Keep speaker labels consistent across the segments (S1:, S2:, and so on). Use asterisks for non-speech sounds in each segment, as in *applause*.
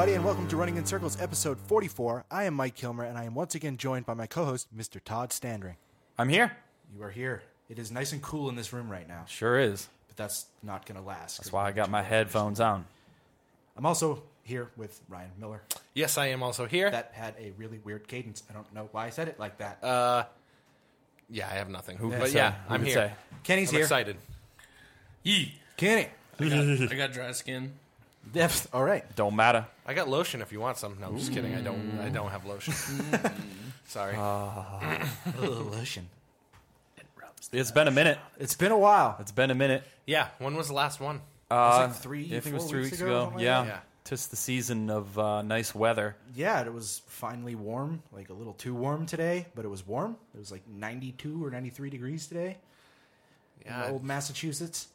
S1: Running in Circles, episode 44. I am Mike Kilmer, and I am once again joined by my co host, Mr. Todd Standring.
S2: I'm here.
S1: You are here. It is nice and cool in this room right now,
S2: Sure is.
S1: but that's not going to last.
S2: That's why I got my headphones on.
S1: I'm also here with Ryan Miller.
S3: Yes, I am also here.
S1: That had a really weird cadence. I don't know why I said it like that.
S3: yeah, I have nothing. Who,
S1: Yeah,
S3: but
S1: so
S3: yeah,
S2: who
S3: I'm
S2: could
S3: here.
S2: say?
S1: Kenny's
S3: I'm
S1: here.
S3: excited.
S4: Yee.
S1: Kenny.
S4: *laughs* I got dry skin.
S1: Depth. All
S4: *laughs*
S1: right.
S2: Don't matter.
S3: I got lotion if you want some. No, I'm just kidding. I don't. I don't
S2: *laughs*
S3: have lotion. *laughs* Sorry.
S2: Uh,
S1: Lotion.
S2: It's been a minute.
S1: It's been a while.
S2: It's been a minute.
S3: yeah. When was the last one?
S2: Uh,
S1: like three,
S2: I think it
S1: four
S2: was three
S1: weeks
S2: weeks
S1: ago,
S2: ago.
S1: something like
S2: yeah.
S3: that. Yeah.
S2: Just the season of uh, nice weather.
S1: Yeah, it was finally warm, like a little too warm today, but it was warm. It was like 92 or 93 degrees today in
S3: Yeah.
S1: old Massachusetts.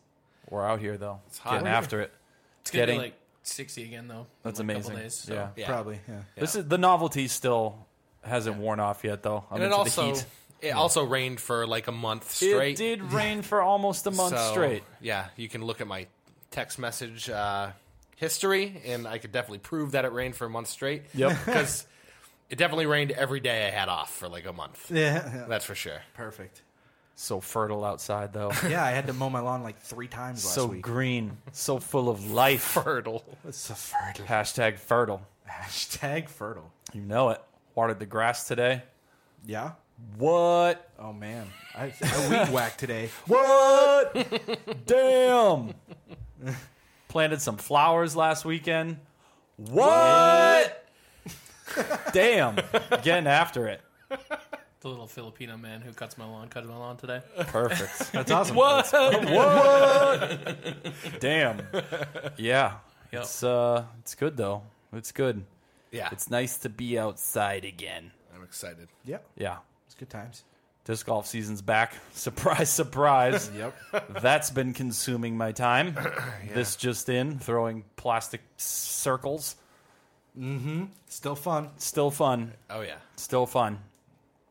S2: We're out here, though. It's
S3: hot.
S2: Getting after it.
S4: It's gonna
S2: getting.
S4: be like sixty again though. in,
S2: that's
S4: like, a couple
S2: amazing.
S4: days, so.
S2: yeah.
S3: Yeah.
S1: Probably, yeah.
S2: This is the novelty still hasn't worn off yet, though. I'm
S3: and it
S2: into the
S3: also
S2: heat.
S3: it also rained for like a month
S2: It
S3: straight.
S2: did rain for almost a month
S3: So,
S2: straight.
S3: Yeah. You can look at my text message uh, history, and I could definitely prove that it rained for a month straight.
S2: Yep.
S3: *laughs*
S2: *laughs*
S3: Because it definitely rained every day I had off for like a month.
S1: Yeah,
S3: That's for sure.
S1: perfect.
S2: So fertile outside, though.
S1: Yeah, I had to mow my lawn like three times last
S2: so
S1: week.
S2: green. So full of life.
S3: Fertile.
S1: It's a fertile. *laughs*
S2: Hashtag fertile.
S1: Hashtag fertile.
S2: You know it. Watered the grass today.
S1: Yeah?
S2: What?
S1: Oh, man. I, I weed whacked today.
S2: What? *laughs* Damn. Planted some flowers last weekend. What? *laughs* Damn. Getting after it.
S4: The little Filipino man who cuts my lawn cut my
S2: *laughs*
S4: lawn today.
S2: Perfect.
S1: That's awesome.
S2: *laughs* Damn. Yeah.
S4: Yep.
S2: It's uh it's good though. It's good.
S3: Yeah.
S2: It's nice to be outside again.
S3: I'm excited.
S1: Yeah,
S2: Yeah.
S1: it's good times.
S2: Disc golf season's back. *laughs* Surprise, *laughs* surprise.
S1: Yep.
S2: That's been consuming my *clears throat* time. This just in, throwing plastic s- circles.
S1: Still fun.
S2: Still fun.
S3: Oh yeah.
S2: Still fun.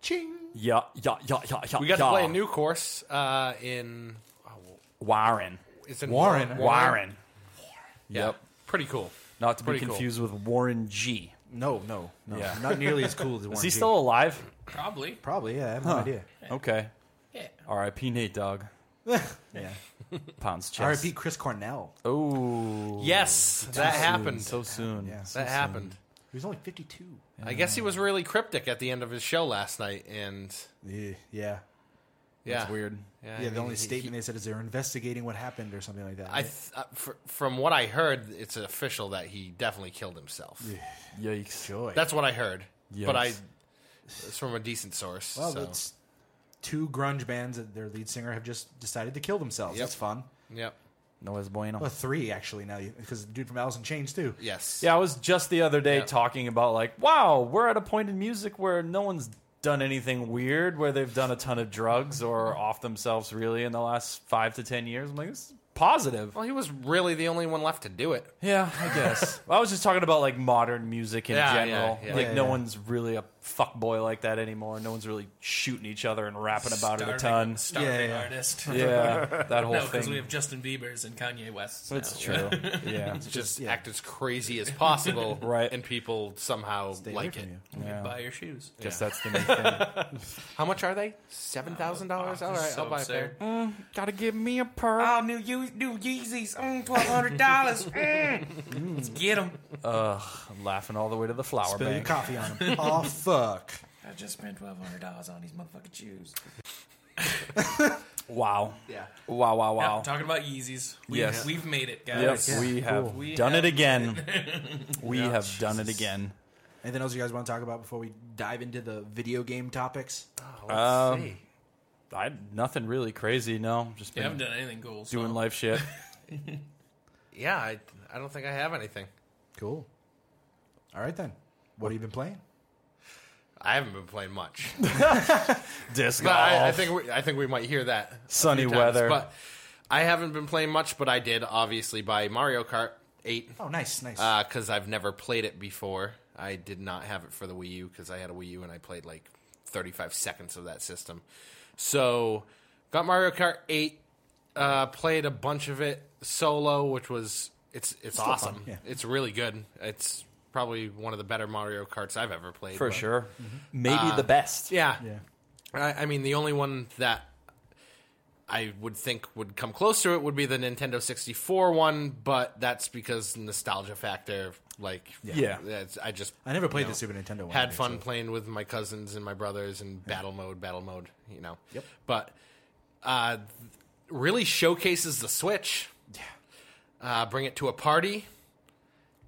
S1: Ching.
S2: Yeah, yeah, yeah, yeah, yeah.
S3: We got
S2: yeah.
S3: to play a new course uh, in
S2: Warren.
S3: it's in
S1: Warren.
S2: Warren.
S3: Yeah.
S2: Yep.
S3: Pretty cool.
S2: Not to be
S3: Pretty cool.
S2: confused with Warren G.
S1: No, no, no.
S2: Yeah.
S1: Not nearly as cool as one.
S2: Is he still alive?
S4: Probably.
S1: Probably, yeah. I have no idea.
S2: Okay.
S4: Yeah.
S2: R.I.P. Nate
S3: *laughs*
S2: Dogg.
S1: Yeah.
S2: Pounds chest.
S1: R.I.P. Chris Cornell.
S2: Oh.
S3: Yes, that happened.
S2: So soon.
S1: Yeah.
S3: that happened.
S1: He was only 52.
S3: I guess he was really cryptic at the end of his show last night, and
S1: Yeah. Yeah.
S3: yeah,
S2: It's weird.
S3: Yeah, I
S1: Yeah, the
S3: mean,
S1: only
S3: he-
S1: statement they said is they're investigating what happened or something like that.
S3: I
S1: right?
S3: th- uh, fr- from what I heard, it's official that he definitely killed himself.
S2: Yikes.
S1: Joy.
S3: That's what I heard, but I
S2: Yes.
S3: it's from a decent source.
S1: well,
S3: so.
S1: that's two grunge bands that their lead singer have just decided to kill themselves.
S3: Yep.
S1: That's fun.
S3: yep,
S2: No es bueno.
S1: Well, three actually now because the dude from Alice in Chains too.
S3: yes,
S2: Yeah, I was just the other day
S3: Yeah.
S2: talking about like, wow, we're at a point in music where no one's done anything weird, where they've done a ton of drugs or off themselves really in the last five to ten years. I'm like, this is positive.
S3: Well, he was really the only one left to do it.
S2: Yeah, I guess. I was just talking about like modern music in
S3: Yeah, yeah,
S2: general.
S3: yeah.
S2: Like
S1: Yeah,
S2: no
S1: yeah.
S2: one's really a fuckboy like that anymore. No one's really shooting each other and rapping about it a ton.
S4: Starving- Starving
S1: Yeah, yeah.
S4: artist. *laughs*
S2: Yeah, that whole
S4: No, because
S2: thing.
S4: we have Justin Bieber's and Kanye West.
S2: it's
S5: *laughs*
S4: now.
S2: true. Yeah.
S3: Just
S1: yeah.
S3: act as crazy
S1: *laughs*
S3: as possible,
S2: Right.
S3: And people somehow
S1: Stay away
S3: like
S1: from
S3: it.
S1: you.
S2: yeah.
S4: Buy your shoes.
S2: Guess that's the main thing.
S3: How much are they? Seven thousand dollars.
S5: Oh,
S3: All right, I'll buy a pair.
S2: Gotta give me a pearl.
S4: Oh, new Ye- new Yeezys. Mm, Twelve hundred dollars. mm. Let's get them.
S2: I'm laughing all the way to the flower
S1: Spill your
S2: bank.
S1: coffee on
S3: *laughs*
S1: him. oh fuck!
S4: I just spent twelve hundred dollars on these motherfucking shoes.
S2: Wow.
S1: Yeah.
S2: Wow, wow,
S4: Now,
S2: wow.
S4: talking about Yeezys. We,
S2: Yes.
S4: We've made it, guys.
S2: Yes, we have
S4: We
S2: done
S4: have-
S2: it again. *laughs* we have done it again.
S1: Anything else you guys want to talk about before we dive into the video game topics?
S3: Oh, let's
S2: Um,
S3: see.
S2: I nothing really crazy. No, just
S4: Yeah, I
S2: been
S4: haven't done anything cool. So.
S2: doing life shit.
S3: Yeah, I, I don't think I have anything.
S1: Cool. All right then. What have you been playing?
S3: I haven't been playing much.
S2: *laughs* Disc
S3: But I, I
S2: golf.
S3: think we, I think we might hear that a
S2: Sunny
S3: few
S2: weather.
S3: But I haven't been playing much, but I did obviously buy Mario Kart Eight
S1: Oh, nice, nice.
S3: because Uh, I've never played it before. I did not have it for the Wii U because I had a Wii U and I played like 35 seconds of that system. So got Mario Kart Eight. Uh, played a bunch of it solo, which was it's it's awesome.
S1: yeah.
S3: It's really good. It's probably one of the better Mario Karts I've ever played.
S2: for
S3: but-
S2: sure. Uh, Maybe the best.
S3: Yeah.
S1: Yeah.
S3: I, I mean, the only one that I would think would come close to it would be the Nintendo 64 one, but that's because nostalgia factor. Like,
S2: Yeah.
S3: that's- I just
S1: I never played
S3: you know,
S1: the Super Nintendo one.
S3: Had
S1: either,
S3: fun
S1: so-
S3: playing with my cousins and my brothers in battle mode, battle mode. You know. Yep. But uh, th- really showcases the Switch. Yeah. Uh, bring it to a party.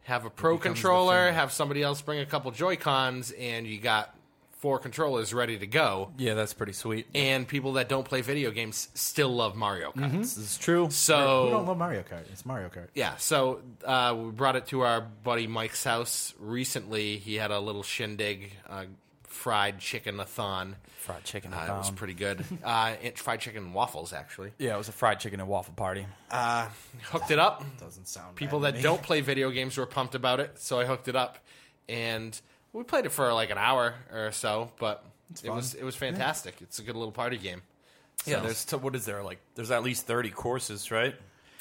S3: Have a pro controller. Have somebody else bring a couple Joy Cons, and you got four controllers ready to go
S2: Yeah, that's pretty sweet.
S3: and people that don't play video games still love Mario Kart.
S2: This is true.
S1: Who don't
S3: So
S1: love Mario Kart? It's Mario Kart.
S3: yeah, so uh, we brought it to our buddy Mike's house recently. He had a little shindig, uh, fried chicken a thon.
S2: Fried chicken.
S3: Uh, it was
S2: *laughs*
S3: pretty good. uh, it, fried chicken and waffles actually.
S2: yeah, it was a fried chicken and waffle party.
S3: Hooked
S2: *laughs*
S3: it up.
S1: Doesn't sound
S3: People
S1: bad to
S3: that
S1: me. *laughs*
S3: don't play video games were pumped about it, so I hooked it up, and we played it for like an hour or so. But it
S1: fun.
S3: was it was fantastic. It's a good little party game.
S2: Yeah, there's t- what is there like? There's at least thirty courses, right?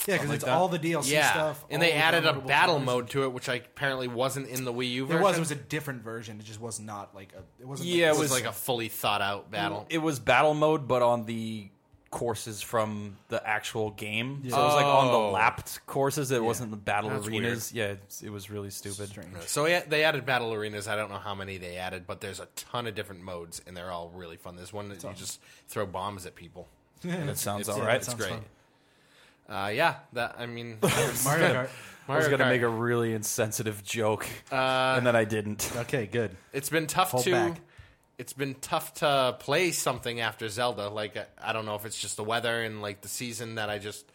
S1: Yeah, because it's
S2: that.
S1: all the DLC
S3: yeah,
S1: stuff.
S3: and
S1: all
S3: they
S1: the
S3: added a
S1: downloadable
S3: battle
S1: content.
S3: mode to it, which I apparently wasn't in the Wii U version.
S1: It was. It was a different version. It just was not like a. It wasn't.
S2: Yeah,
S1: like,
S3: It
S2: it was-
S3: was like a fully thought out battle.
S2: It was battle mode, but on the courses from the actual game. So it was like on
S3: Oh.
S2: the lapped courses. It wasn't the battle
S3: That's
S2: arenas. Yeah, it's- it was really stupid.
S1: strange.
S3: So yeah, they added battle arenas. I don't know how many they added, but there's a ton of different modes, and they're all really fun. There's one that you just throw bombs at people.
S2: And it sounds all
S1: yeah,
S2: right.
S1: that sounds
S3: It's great.
S1: fun.
S3: Uh, yeah, that I mean,
S1: *laughs* Mario Kart.
S2: I was
S3: Mario
S2: gonna
S3: Kart.
S2: make a really insensitive joke, and then I didn't. *laughs*
S1: Okay, good.
S3: it's been tough
S1: Hold
S3: to
S1: back.
S3: it's been tough to play something after Zelda. Like I- I don't know if it's just the weather and like the season that I just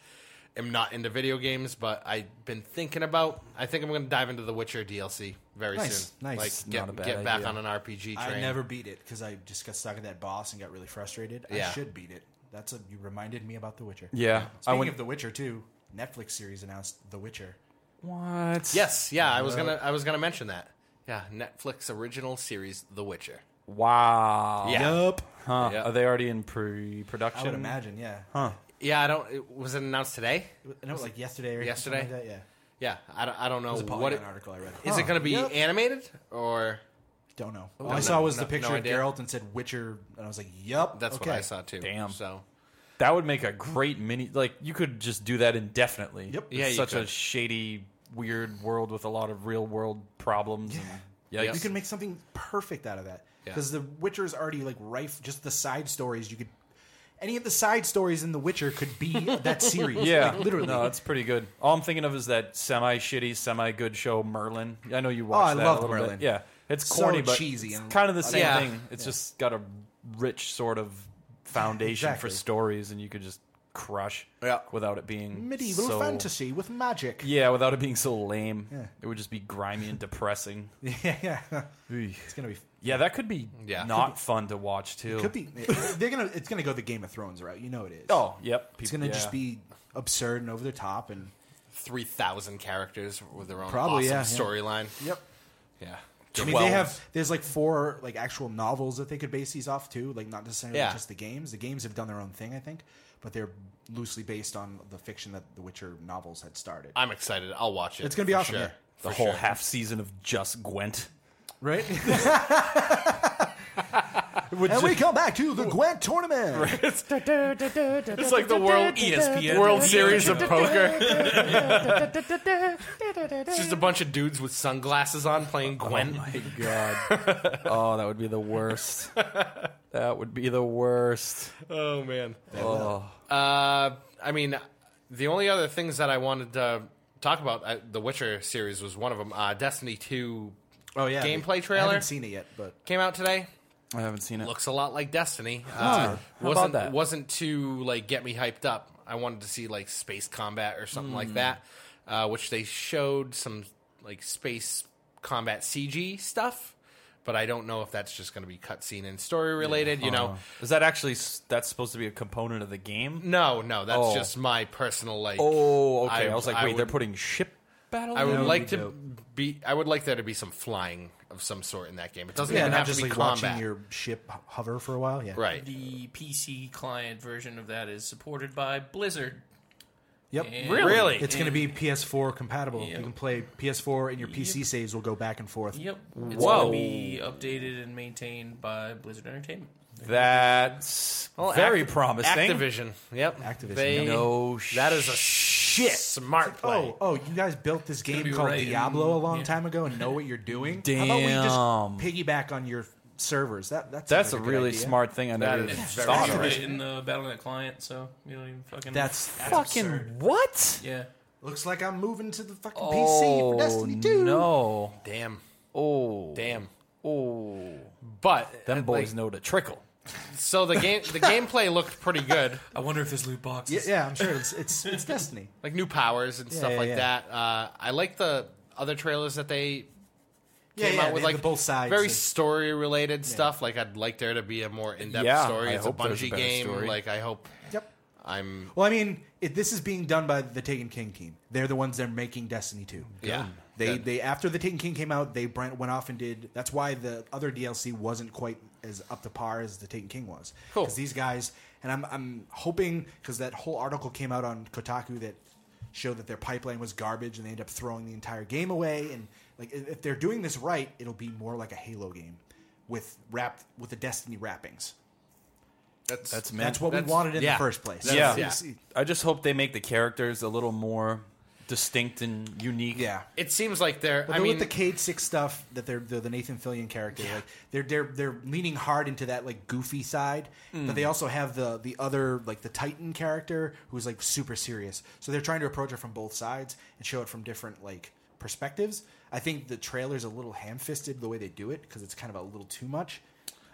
S3: am not into video games, but I've been thinking about. I think I'm going to dive into the Witcher DLC very
S1: Nice,
S3: soon.
S1: nice. Not
S3: like get,
S2: a bad
S3: get back
S2: idea.
S3: on an RPG train.
S1: I never beat it because I just got stuck at that boss and got really frustrated.
S3: Yeah.
S1: I should beat it. That's a. You reminded me about The Witcher.
S2: Yeah, I
S1: Speaking
S2: went.
S1: of The Witcher too, Netflix series announced The Witcher.
S2: what?
S3: Yes, yeah, I was gonna I was gonna mention that. Yeah, Netflix original series The Witcher.
S2: Wow.
S3: Yeah.
S1: Yup.
S2: Huh.
S3: Yeah.
S2: Are they already in
S1: I
S2: pre-production?
S1: would imagine. Yeah.
S2: Huh.
S3: Yeah, I don't. It, was it announced today?
S1: No, like yesterday or
S3: Yesterday?
S1: something Like that, yeah.
S3: Yeah, I don't, I don't know
S1: It was a
S3: what
S1: Polygon
S3: it,
S1: article I read.
S3: is it going to be
S1: Yep.
S3: animated or
S1: Don't know. All I
S3: no,
S1: saw was
S3: no-
S1: the picture
S3: no
S1: of
S3: idea.
S1: Geralt and said Witcher, and I was like, "Yup."
S3: that's
S1: okay.
S3: what I saw too.
S2: Damn.
S3: So
S2: That would make a great mini. Like you could just do that indefinitely.
S1: Yep.
S2: It's
S3: Yeah, you
S2: such a
S3: could.
S2: shady, weird world with a lot of real world problems. Yeah.
S1: You could make something perfect out of that
S3: Yeah.
S1: because The Witcher is already like rife. Just the side stories you could, any of the side stories in The Witcher could
S2: *laughs*
S1: be that series.
S2: yeah.
S1: Like, literally.
S2: No, it's pretty good. All I'm thinking of is that semi shitty, semi good show Merlin. I know you watched.
S1: Oh, I
S2: that
S1: love
S2: a little
S1: Merlin.
S2: Bit. Yeah. It's
S1: So
S2: corny, but
S1: cheesy
S2: it's
S1: and-
S2: kind of the same
S3: Yeah.
S2: thing. It's just got a rich sort
S1: *laughs*
S2: of foundation
S1: Exactly.
S2: for stories, and you could just crush
S3: Yeah.
S2: without it being
S1: medieval
S2: so-
S1: fantasy with magic.
S2: Yeah, without it being so lame,
S1: Yeah.
S2: it would just be grimy and *laughs* depressing.
S1: *laughs* Yeah, yeah. It's gonna be.
S2: Yeah, that could be
S3: Yeah.
S2: not fun to watch too.
S1: Could be. They're gonna. It's gonna go the Game of Thrones route. You know it is.
S2: Oh, yep.
S1: it's gonna
S2: Yeah.
S1: just be absurd and over the top and.
S3: three thousand characters with their own
S1: Probably,
S3: awesome
S1: yeah, yeah.
S3: storyline.
S1: Yep.
S3: Yeah,
S1: I mean, they have there's like four like actual novels that they could base these off too, like not necessarily
S3: Yeah.
S1: just the games. The games have done their own thing, I think, but they're loosely based on the fiction that The Witcher novels had started.
S3: I'm excited. I'll watch it.
S1: It's gonna be
S3: for
S1: awesome,
S3: sure.
S1: yeah.
S2: the
S3: For
S2: whole
S3: sure.
S2: half season of just Gwent.
S1: Right? *laughs*
S2: Which
S1: and we come back to the Gwent tournament.
S2: it's
S6: It's like the world ESPN
S3: World Series of
S6: *laughs*
S3: Poker. *laughs* It's just a bunch of dudes with sunglasses on playing
S1: Oh
S2: *laughs*
S3: Gwen.
S2: my god. Oh, that would be the *laughs* worst. That would be the worst.
S3: oh man.
S2: Oh.
S3: Uh, I mean, the only other things that I wanted to talk about, uh, the Witcher series was one of them. Uh, Destiny 2
S1: Oh yeah,
S3: Gameplay
S1: I
S3: trailer?
S1: haven't seen it yet, but
S3: came out today.
S2: I haven't seen it.
S3: Looks a lot like Destiny. Uh,
S2: How
S3: wasn't,
S2: about that?
S3: Wasn't to, like, get me hyped up. I wanted to see, like, space combat or something
S2: Hmm.
S3: like that, uh, which they showed some, like, space combat CG stuff. But I don't know if that's just going to be cutscene and story related, you know.
S2: Is that actually s- that's supposed to be a component of the game?
S3: No, no, that's
S2: Oh.
S3: just my personal like.
S2: Oh, okay. I, was like, wait,
S3: would-
S2: they're putting ship battle.
S3: I
S2: in?
S3: would like to be. I would like there to be some flying of some sort in that game. It doesn't
S1: yeah,
S3: even
S1: not
S3: have
S1: just
S3: to be
S1: like
S3: combat,
S1: watching your ship ho- hover for a while. Yeah,
S3: right?
S6: The PC client version of that is supported by Blizzard.
S1: Yep.
S2: Really? Really?
S1: It's going to be PS4 compatible.
S4: Yeah.
S1: You can play PS4 and your PC saves will go back and forth.
S4: Yep. It's
S2: Whoa.
S4: going to be updated and maintained by Blizzard Entertainment.
S2: That's
S3: Well,
S2: very
S3: Acti-
S2: promising.
S3: Activision. Yep.
S1: Activision,
S3: They,
S1: yeah.
S2: No
S3: That is a
S2: shit.
S3: smart play.
S1: Oh, oh, you guys built this game
S4: be
S1: called
S4: right,
S1: Diablo a
S4: and-
S1: long
S4: yeah.
S1: time ago and know what you're doing? How about we just piggyback on your servers? That that's
S2: That's a
S1: another good
S2: really
S1: idea.
S2: smart thing I never
S3: is very
S2: thought
S4: It's
S2: of.
S3: smart.
S4: right in the Battle.net client, so you don't even fucking.
S1: That's, that's
S2: Fucking
S1: absurd.
S2: what?
S4: yeah.
S1: Looks like I'm moving to the fucking PC
S2: Oh,
S1: for Destiny 2.
S2: no.
S3: Damn.
S2: Oh.
S3: Damn.
S2: Oh.
S3: But
S2: Them
S3: like,
S2: boys know to trickle.
S3: so the game the gameplay looked pretty good.
S4: I wonder if there's loot boxes.
S1: Yeah, yeah, I'm sure it's it's, it's Destiny.
S3: Like new powers and stuff
S1: yeah,
S3: like
S1: yeah.
S3: that. Uh, I like the other trailers that they
S1: Yeah,
S3: came
S1: yeah,
S3: out with
S1: they have
S3: like
S1: the both sides.
S3: very
S1: of-
S3: story related stuff. Like I'd like there to be a more in depth
S2: Yeah,
S3: story.
S2: I
S3: It's a
S2: hope there's a
S3: bungee
S2: better
S3: game.
S2: story.
S3: Like I hope
S1: yep.
S3: I'm
S1: Well, I mean, it, this is being done by the Taken King team. They're the ones that are making Destiny 2.
S3: Yeah.
S1: They
S3: Good.
S1: they after the Taken King came out, they brent- went off and did. That's why the other DLC wasn't quite as up to par as the Taken King was.
S3: Cool.
S1: these guys, and I'm I'm hoping because that whole article came out on Kotaku that showed that their pipeline was garbage and they end up throwing the entire game away. And like if if they're doing this right, it'll be more like a Halo game with wrapped with the Destiny wrappings.
S3: that's
S2: That's man.
S1: That's what we
S3: that's-
S1: wanted in
S3: yeah.
S1: the first place.
S2: yeah.
S1: It's-
S3: yeah.
S2: I just hope they make the characters a little more distinct and unique.
S1: yeah.
S3: it seems like they're
S1: But
S3: I
S1: they're
S3: mean
S1: with the Cade Six stuff that they're, they're the Nathan Fillion character. Like they're they're they're leaning hard into that like goofy side, but
S3: Mm.
S1: they also have the the other like the Titan character who's like super serious. So they're trying to approach it from both sides and show it from different like perspectives. I think the trailer's a little ham fisted the way they do it because it's kind of a little too much.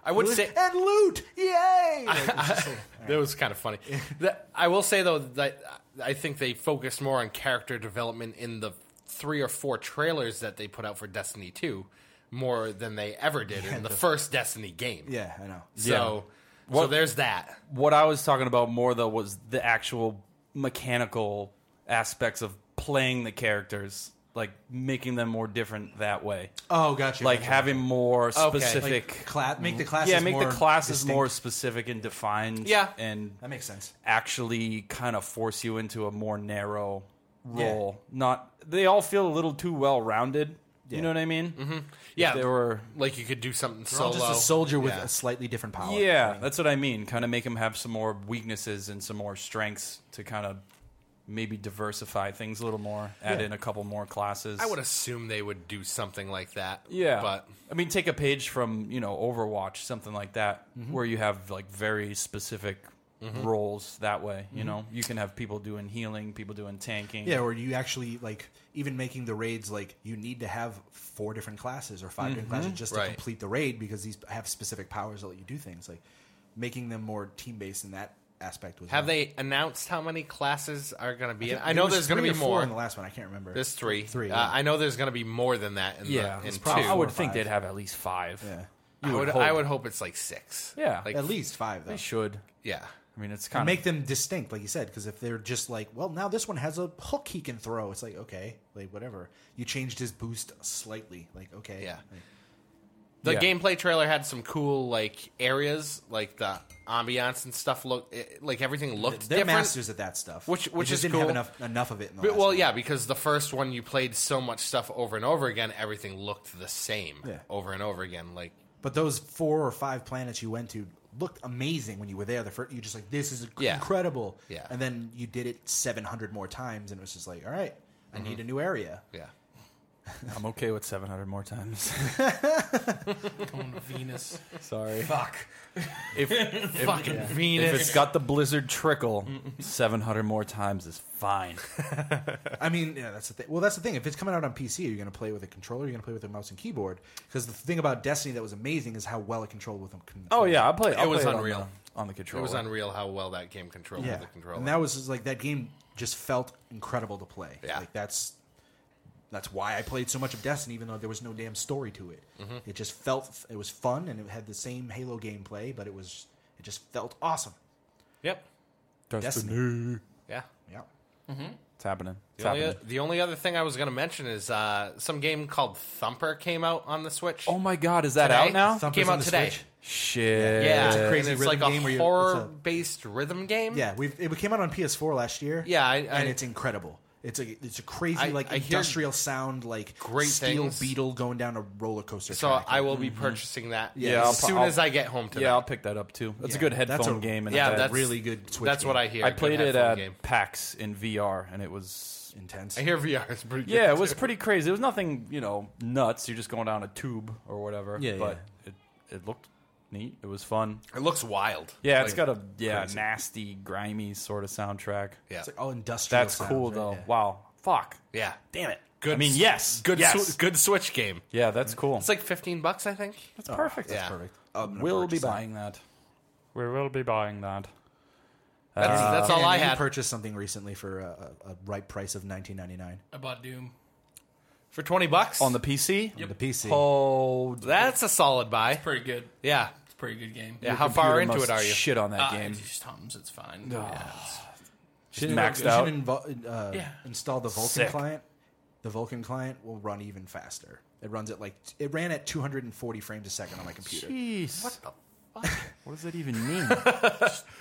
S3: I would say
S1: and loot,
S3: *laughs*
S1: yay! Like, it's just like-
S3: That was kind
S1: *laughs*
S3: of funny. That- I will say though that I think they focused more on character development in the three or four trailers that they put out for Destiny Two, more than they ever did in the, first Destiny game.
S1: yeah, I know.
S3: So, so
S2: Well-
S3: there's that.
S2: What I was talking about more though was the actual mechanical aspects of playing the characters, like making them more different that way.
S1: Oh, gotcha.
S2: Like
S1: gotcha.
S2: having more
S3: Okay.
S2: specific
S1: Cla- make the
S3: mm-hmm.
S1: classes
S2: Yeah, make
S1: more
S2: the classes
S1: distinct.
S2: more specific and defined.
S3: Yeah.
S2: And
S1: That makes sense.
S2: actually kind of force you into a more narrow role. Not they all feel a little too well rounded. You
S1: Yeah.
S2: know what I mean? Mm-hmm.
S3: Yeah,
S2: They were
S3: like you could do something
S1: They're all
S3: solo.
S1: just a soldier with
S3: Yeah.
S1: a slightly different power.
S2: Yeah, that's what I mean. Kind of make them have some more weaknesses and some more strengths to kind of maybe diversify things a little more, add
S1: Yeah.
S2: in a couple more classes.
S3: I would assume they would do something like that.
S2: Yeah.
S3: but
S2: I mean, take a page from, you know, Overwatch, something like that, where you have like very specific Mm-hmm. roles that way. You know, you can have people doing healing, people doing tanking.
S1: Yeah, or you actually like even making the raids like you need to have four different classes or 5 different classes just to
S3: Mm-hmm. Right.
S1: complete the raid because these have specific powers that let you do things. Like making them more team based in that aspect was
S3: have they announced how many classes are going to be? in? I
S1: It
S3: know
S1: was
S3: there's going to
S1: three
S3: be
S1: or four
S3: more.
S1: in the last one. I can't remember.
S3: There's three.
S1: Three,
S3: Uh,
S1: yeah.
S3: I know there's going to be more than that. In
S2: Yeah.
S3: the, in two.
S1: probably
S2: Uh, I would
S1: or
S2: think
S1: five.
S2: they'd have at least five.
S1: yeah,
S3: I
S2: would
S3: would,
S2: hope.
S3: I would hope it's like six.
S2: Yeah.
S3: like
S1: at least five though.
S2: They should.
S3: yeah.
S2: I mean, it's kind of.
S1: Make them distinct, like you said, because if they're just like, well, now this one has a hook he can throw. It's like okay, like whatever. You changed his boost slightly, like okay,
S3: Yeah.
S1: Like,
S3: The
S2: Yeah.
S3: gameplay trailer had some cool like areas, like the ambiance and stuff. Look, it, like everything looked
S1: they're
S3: different.
S1: masters at that stuff.
S3: Which-
S1: They
S3: which
S1: just
S3: is
S1: didn't
S3: cool.
S1: have enough enough of it. In the
S3: But,
S1: last
S3: well,
S1: one.
S3: yeah, because the first one you played so much stuff over and over again, everything looked the same
S1: Yeah.
S3: over and over again. Like,
S1: But those four or five planets you went to looked amazing when you were there. The first, you just like this is
S3: Yeah.
S1: incredible.
S3: Yeah.
S1: And then you did it seven hundred more times, and it was just like, all right, I
S3: Mm-hmm.
S1: need a new area.
S3: yeah,
S2: I'm okay with 700 more *laughs*
S3: *laughs*
S2: times.
S4: Going to Venus.
S2: Sorry.
S4: Fuck.
S3: *laughs*
S2: If, if,
S3: fucking Venus.
S2: if it's got the blizzard trickle, 700 more times is fine.
S1: I mean, yeah, that's the thing. Well, that's the thing. If it's coming out on PC, you're going to play with a controller. You're going to play with a mouse and keyboard. Because the thing about Destiny that was amazing is how well it controlled with a con-
S2: Oh, yeah. I'll play, I'll
S3: was
S2: play on
S3: unreal.
S2: the- on the
S3: it
S2: controller.
S3: was unreal how well that game controlled
S1: yeah.
S3: the controller.
S1: And that was just like that game just felt incredible to play.
S3: Yeah.
S1: Like that's that's why I played so much of Destiny, even though there was no damn story to it.
S3: Mm-hmm.
S1: It just felt it was fun and it had the same Halo gameplay, but it was it just felt awesome.
S3: yep,
S2: Destiny.
S1: Destiny.
S3: yeah.
S1: Yeah.
S2: It's happening. It's
S3: The only,
S2: happening.
S3: the only other thing I was going to mention is uh, some game called Thumper came out on the Switch.
S2: Oh my god, is that
S3: today.
S2: out now?
S1: Thumper's
S3: came
S1: on
S3: out
S1: the
S3: today.
S1: Switch.
S2: Shit.
S3: Yeah,
S1: It's a crazy
S3: and it's
S1: rhythm
S3: like
S1: game
S3: a
S1: where you- it's a-
S3: horror-based rhythm game.
S1: Yeah, we've, it came out on PS4 last year.
S3: Yeah, I- I-
S1: and it's incredible. It's a it's a crazy
S3: I-
S1: like
S3: I hear
S1: industrial sound like
S3: great
S1: steel
S3: things.
S1: beetle going down a roller coaster.
S3: So
S1: track.
S3: I will be purchasing that
S2: Yeah, I'll
S3: as
S2: pro-
S3: soon
S2: I'll-
S3: as I get home today.
S2: Yeah, I'll pick that up too. That's a
S1: Yeah,
S2: good
S1: that's
S2: headphone
S1: a-
S2: game. And
S3: yeah,
S2: I-
S3: that's
S1: really good Switch.
S3: That's
S1: game.
S3: what I hear.
S2: I
S3: good
S2: played it
S3: headphone
S2: at
S3: game.
S2: PAX in VR, and it was *laughs*
S1: intense.
S3: I hear VR is pretty. Good
S2: yeah, it was
S3: too.
S2: pretty crazy. It was nothing, you know, nuts. You're just going down a tube or whatever.
S1: Yeah,
S2: but it it looked neat. It was fun.
S3: It looks wild.
S2: Yeah, it's
S3: Like,
S2: got a yeah
S3: crazy.
S2: nasty, grimy sort of soundtrack.
S3: yeah,
S1: It's like all industrial.
S2: That's
S1: sounds,
S2: cool
S1: right?
S2: though.
S1: Yeah.
S2: Wow, fuck.
S3: yeah.
S2: Damn it.
S3: Good.
S2: I mean,
S3: s-
S2: yes,
S3: Good.
S2: yes.
S3: sw- good Switch game.
S2: Yeah, that's cool.
S3: It's like fifteen bucks, I think.
S2: That's perfect.
S3: yeah.
S1: Perfect. I'm gonna
S2: Uh, We'll be
S1: purchase that.
S2: buying that. We will be buying that.
S3: That's, that's all
S1: And
S3: I
S1: you
S3: had
S1: purchased something recently for a, a, a right price of 19.99
S5: I bought Doom.
S3: for twenty bucks
S2: On the PC?
S1: on the PC.
S2: Oh,
S3: That's a solid buy.
S5: Pretty good.
S3: Yeah.
S5: It's a pretty good game.
S3: Yeah. How far
S2: computer
S3: into
S2: must
S3: it are you?
S2: Shit on that
S5: Uh,
S2: game.
S5: It just hums. It's fine. Yeah, it's-
S2: Just
S1: You
S2: maxed
S1: should
S2: out.
S1: invo- uh,
S5: Yeah.
S1: Install the Vulcan
S2: Sick.
S1: client. The Vulcan client will run even faster. It runs at like it ran at 240 frames a second on my computer.
S2: Jeez. What
S3: the
S2: *laughs* What does that even mean?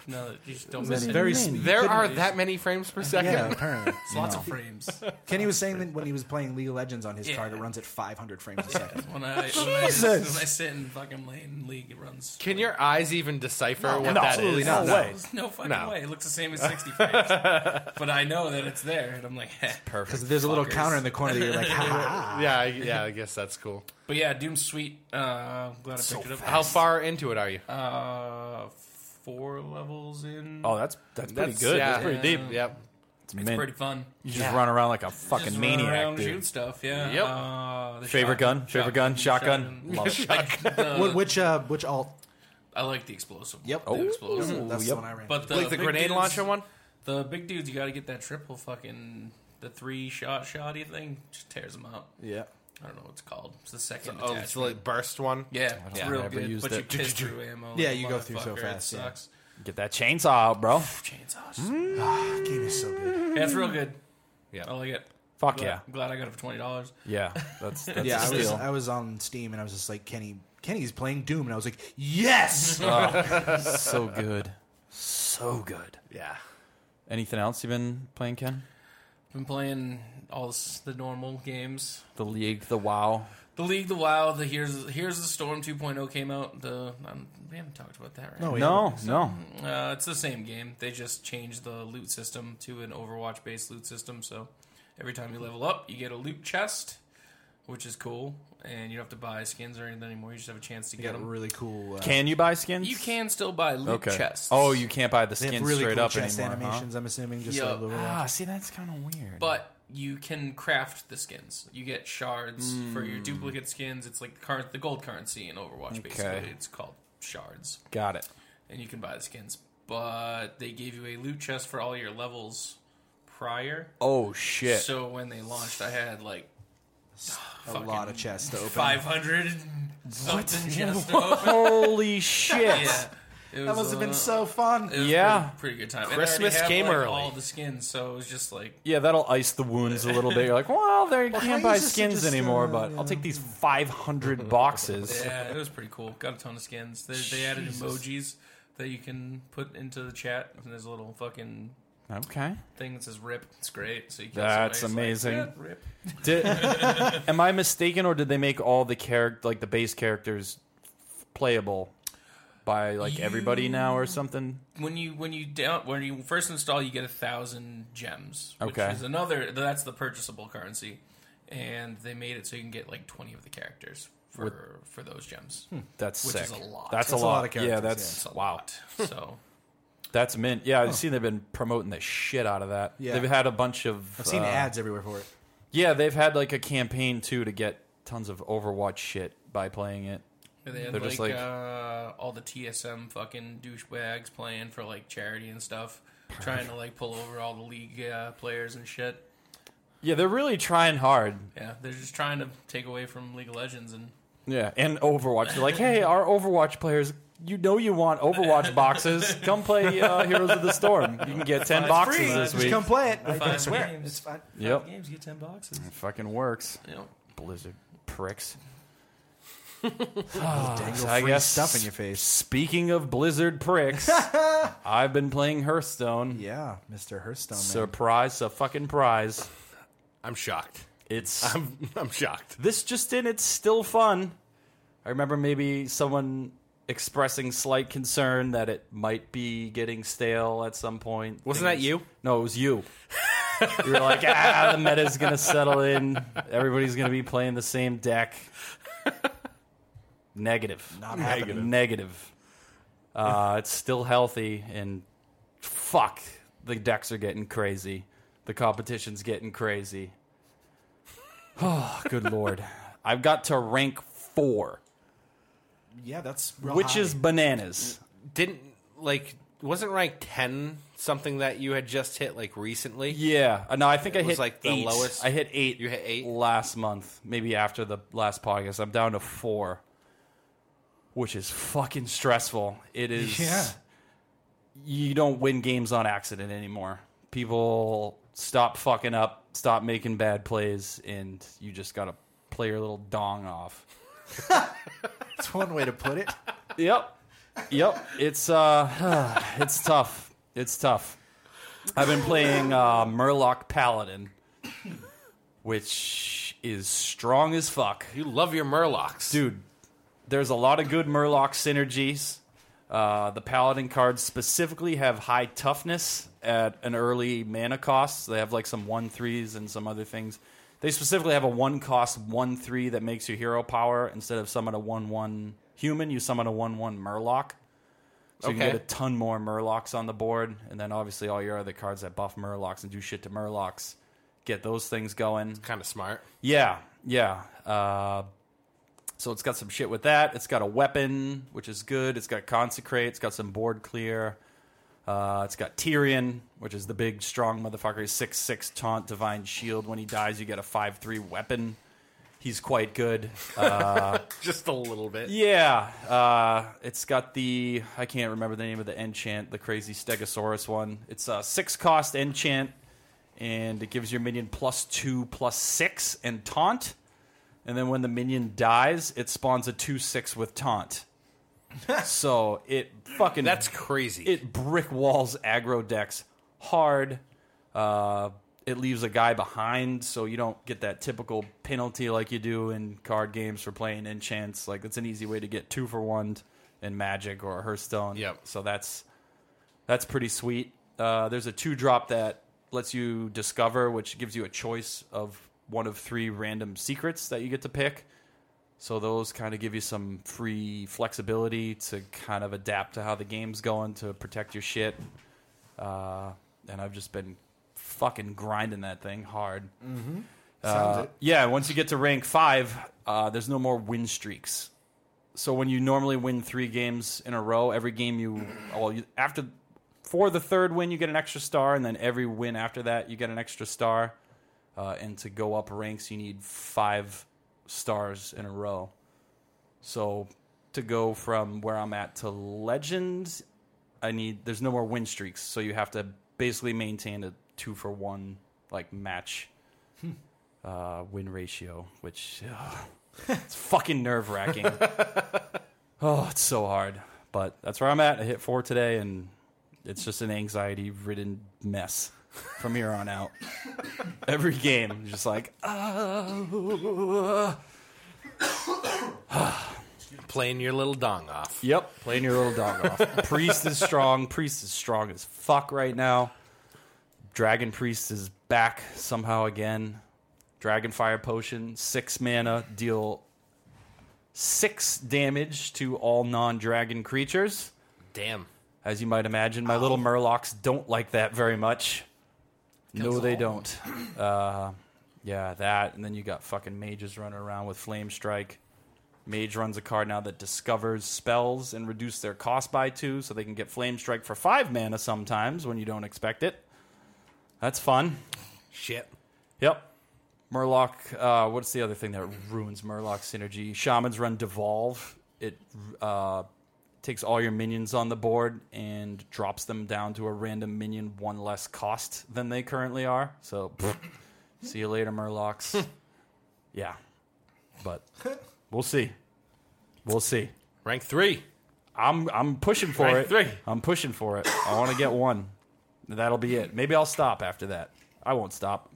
S5: no, you just don't miss it.
S1: Very
S5: It's
S1: sm-
S3: There are
S5: use-
S3: that many frames per second.
S1: Yeah, *laughs* apparently.
S5: lots of frames.
S1: Kenny was saying that when he was playing League of Legends on his
S5: Yeah.
S1: card, it runs at 500 frames a second.
S5: When I, when I, just, *laughs* when I sit in fucking lane league, it runs.
S3: *laughs* Can your eyes even decipher what
S2: no,
S3: that
S2: absolutely
S3: is?
S2: not. No.
S5: There's no fucking
S3: No.
S5: way. It looks the same as 60 frames. but I know that it's there, and I'm like, heh.
S3: Perfect.
S1: Because there's a little
S5: Fuckers.
S1: counter in the corner that you're like, ha ha.
S3: Yeah, I- yeah, I guess that's cool.
S5: But yeah, Doom's sweet. Uh, I'm glad I picked it up.
S3: How far into it are you?
S5: Uh, four levels in.
S2: Oh, that's that's pretty
S3: That's-
S2: good.
S3: yeah.
S2: That's pretty deep.
S3: Yep.
S2: It's,
S5: it's
S2: mint.
S5: pretty fun.
S2: you just run around like a fucking
S5: Just run
S2: maniac,
S5: around,
S2: dude.
S5: shoot stuff. Yeah.
S3: Yep.
S5: Uh, the
S2: Favorite
S5: shotgun-
S2: gun? Favorite gun? Shotgun?
S5: *laughs*
S2: Love it.
S5: Like the-
S1: What, which uh, which alt?
S5: I like the explosive. One.
S1: Yep.
S5: The explosive.
S2: Ooh,
S1: That's
S2: yep.
S1: the one I ran.
S5: But the
S3: Like the
S5: big
S3: grenade
S5: dudes-
S3: launcher one?
S5: The big dudes, you got to get that triple fucking the three shot shoddy thing. Just tears them up.
S1: yeah.
S5: I don't know what it's called. It's the second.
S3: Oh,
S5: attachment.
S3: it's the like burst one.
S5: yeah, it's
S2: know.
S5: real
S2: I've never
S5: good.
S2: used
S5: But
S2: it. *laughs*
S5: you piss through ammo.
S1: Yeah,
S5: like a
S1: you go through so
S5: motherfucker,
S1: fast,
S5: It
S1: yeah.
S5: sucks.
S2: Get that chainsaw out, bro.
S5: Chainsaws.
S1: That game is so good.
S5: Yeah, it's real good.
S3: Yeah.
S5: I like it.
S2: Fuck
S5: Glad-
S2: yeah.
S5: I'm glad I got it for twenty dollars.
S2: Yeah. That's that's
S1: Yeah,
S2: a
S1: I was, *laughs*
S2: steal.
S1: I was on Steam and I was just like, Kenny, Kenny's playing Doom. And I was like, yes!
S2: Uh, so good. So good.
S3: Yeah.
S2: Anything else you've been playing, Ken?
S5: Been playing all s- the normal games.
S2: The League, the WoW.
S5: The League, the WoW, the Here's Here's the Storm 2.0 came out. The um, we haven't talked about that right.
S1: No,
S2: No, no.
S5: Uh, it's the same game. They just changed the loot system to an Overwatch based loot system. So every time you level up, you get a loot chest, which is cool. And you don't have to buy skins or anything anymore. You just have a chance to
S1: They
S5: get
S1: got a
S5: them.
S1: really cool. Uh,
S2: Can you buy skins?
S5: you can still buy loot
S2: Okay.
S5: chests.
S2: Oh, you can't buy the
S1: they
S2: skins
S1: have really
S2: straight
S1: cool
S2: up
S1: chest
S2: anymore. huh?
S1: animations, I'm assuming. Just
S5: Yeah.
S1: like little.
S2: Ah, see, that's kind of weird.
S5: But you can craft the skins. You get shards for
S2: Hmm.
S5: your duplicate skins. It's like the, current, the gold currency in Overwatch, basically. It's called shards.
S2: got it.
S5: and you can buy the skins. But they gave you a loot chest for all your levels prior.
S2: Oh shit.
S5: So when they launched, I had like
S1: a lot of chests to open.
S5: 500
S2: *laughs*
S5: something chests to open.
S2: Holy shit.
S5: Yeah, it was,
S1: That must have been
S5: uh,
S1: so fun.
S5: It was
S2: Yeah.
S5: pretty, pretty good time. And I already
S3: Christmas
S5: have,
S3: came
S5: like,
S3: early.
S5: All the skins, so it was just like
S2: Yeah, that'll ice the wounds a little bit. You're like, well, they
S1: can't
S2: can't buy
S1: you just-
S2: skins
S1: just,
S2: anymore,
S1: uh,
S2: but I'll take these 500 boxes.
S5: yeah, it was pretty cool. Got a ton of skins. They, they added emojis that you can put into the chat, and there's a little fucking
S2: *laughs* Okay.
S5: thing that says "rip." It's great. So you can
S2: That's
S5: somebody's like,
S2: amazing.
S5: "Yeah, rip.
S2: Did, am I mistaken, or did they make all the character, like the base characters, playable by like everybody now or something?
S5: when you when you down when you first install you get a thousand gems which
S2: Okay.
S5: is another that's the purchasable currency and they made it so you can get like 20 of the characters for for those gems
S2: Hmm. That's
S5: Which
S2: sick.
S5: is a lot.
S2: That's, a,
S1: That's
S2: lot. of characters. Yeah,
S5: It's
S2: that's
S5: a
S2: wow.
S5: lot. so
S2: That's mint. Yeah, I've seen they've been promoting the shit out of that.
S1: Yeah.
S2: They've had a bunch of.
S1: I've seen
S2: uh,
S1: ads everywhere for it.
S2: Yeah, they've had like a campaign too to get tons of Overwatch shit by playing it. *laughs*
S5: they had
S2: They're
S5: like,
S2: just like-
S5: uh, all the TSM fucking douchebags playing for like charity and stuff trying to like pull over all the league uh, players and shit
S2: Yeah, they're really trying hard.
S5: yeah they're just trying to take away from League of Legends and
S2: Yeah, and Overwatch. They're like, hey, our Overwatch players you know you want Overwatch boxes, come play uh, Heroes of the Storm. You can get ten boxes
S5: free.
S2: this
S1: Just
S2: week.
S1: come play it. I, I
S5: Five
S1: swear,
S5: games.
S1: it's fine.
S2: Yep,
S5: Games get ten boxes.
S2: fucking works.
S5: You know,
S2: Blizzard pricks.
S1: Dangle
S2: So Uh, I
S1: free
S2: guess-
S1: stuff in your face.
S2: Speaking of Blizzard pricks, I've been playing Hearthstone.
S1: Yeah, Mr. Hearthstone. Man.
S2: Surprise, a fucking prize.
S3: I'm shocked. *laughs*
S2: It's
S3: I'm I'm shocked.
S2: this just in, it's still fun. I remember maybe someone expressing slight concern that it might be getting stale at some point.
S3: Wasn't that
S2: Things-
S3: you?
S2: No, it was you.
S3: *laughs*
S2: you were like, ah, the meta's gonna settle in. Everybody's gonna be playing the same deck. Negative. Not
S3: happening.
S2: Negative. Uh, it's still healthy, and fuck, the decks are getting crazy. The competition's getting crazy. *sighs* Oh, good lord. I've got to rank four,
S1: yeah, that's real
S2: which
S1: high.
S2: is bananas.
S3: Didn't like wasn't rank ten something that you had just hit like recently?
S2: Yeah. Uh, No, I think I
S3: was
S2: hit
S3: like the
S2: eight.
S3: lowest-
S2: I hit eight.
S3: You hit eight?
S2: last month, maybe after the last podcast. I'm down to four, which is fucking stressful. It *laughs* is.
S1: Yeah.
S2: You don't win games on accident anymore. People stop fucking up, stop making bad plays, and you just gotta play your little dong off.
S1: *laughs* That's one way to put it.
S2: *laughs* Yep. Yep. It's uh *sighs* it's tough. It's tough. I've been playing uh Murloc Paladin, which is strong as fuck.
S3: You love your Murlocs.
S2: Dude, there's a lot of good Murloc synergies. Uh, the Paladin cards specifically have high toughness at an early mana cost. They have like some 1 3s and some other things. They specifically have a 1 cost 1 3 that makes your hero power. Instead of summon a 1 1 human, you summon a 1 1 Murloc. So you
S3: Okay.
S2: can get a ton more Murlocs on the board. And then obviously all your other cards that buff Murlocs and do shit to Murlocs get those things going.
S3: Kind of smart. *laughs*
S2: Yeah, yeah. Uh, so it's got some shit with that. It's got a weapon, which is good. It's got consecrate. It's got some board clear. Uh, it's got Tyrion, which is the big strong motherfucker. He's six six taunt, divine shield. When he dies, you get a five three weapon. He's quite good.
S3: Just a little bit.
S2: Yeah, uh, it's got the I can't remember the name of the enchant, the crazy Stegosaurus one. It's a six cost enchant, and it gives your minion plus two, plus six, and taunt. And then when the minion dies, it spawns a two six with taunt. so it fucking
S3: That's crazy.
S2: it brick walls aggro decks hard. Uh, it leaves a guy behind, so you don't get that typical penalty like you do in card games for playing enchants. Like it's an easy way to get two for one in Magic or Hearthstone.
S3: Yep.
S2: So that's that's pretty sweet. Uh, there's a two drop that lets you discover, which gives you a choice of one of three random secrets that you get to pick. So those kind of give you some free flexibility to kind of adapt to how the game's going to protect your shit. Uh, and I've just been fucking grinding that thing hard. Mm-hmm.
S1: Sounds it.
S2: Uh, Yeah, once you get to rank five, uh, there's no more win streaks. So when you normally win three games in a row, every game you well you, after for the third win you get an extra star, and then every win after that you get an extra star. Uh, and to go up ranks, you need five stars in a row. So to go from where I'm at to legend, I need there's no more win streaks, so you have to basically maintain a two for one like match uh, win ratio, which ugh, it's fucking nerve wracking. oh, it's so hard. But that's where I'm at. I hit four today, and it's just an anxiety ridden mess from here on out. Every game, I'm just like, oh.
S3: Playing your little dong off.
S2: Yep, playing your little dog off. Priest is strong. Priest is strong as fuck right now. Dragon Priest is back somehow again. Dragon Fire Potion, six mana, deal six damage to all non dragon creatures.
S3: Damn.
S2: As you might imagine, my little Murlocs don't like that very much. No, they don't. *coughs* Uh, yeah, that, and then you got fucking mages running around with Flame Strike. Mage runs a card now that discovers spells and reduce their cost by two, so they can get Flame Strike for five mana sometimes when you don't expect it. That's fun.
S3: Shit.
S2: Yep. Murloc. Uh, what's the other thing that ruins Murloc synergy? Shamans run devolve. It uh, takes all your minions on the board and drops them down to a random minion one less cost than they currently are. So, pfft, see you later, Murlocs. yeah, but we'll see. We'll see.
S3: Rank three.
S2: I'm I'm pushing for
S3: Rank
S2: it.
S3: three.
S2: I'm pushing for it. I want to get one. That'll be it. Maybe I'll stop after that. I won't stop.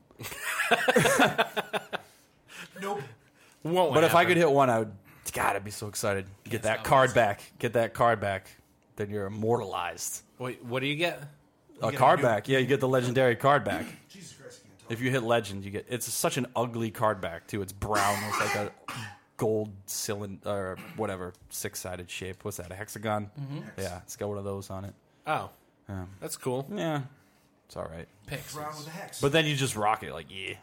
S1: Nope.
S3: Won't
S2: But if I
S3: happen.
S2: could hit one, I would. God, I'd be so excited. Get that card back. Get that card back. Then you're immortalized.
S3: Wait, what do you get?
S2: A
S1: get
S2: card
S1: a new-
S2: back. Yeah, you get the legendary card back.
S1: Jesus Christ, I can't talk.
S2: If you hit legend, you get. It's such an ugly card back too. It's brown. It's like a gold cylinder or whatever six sided shape. What's that? A hexagon? Yeah, it's got one of those on it.
S3: Oh,
S2: Um.
S3: that's cool.
S2: Yeah, it's all right.
S5: Picks.
S1: Brown with a hex.
S2: But then you just rock it like yeah,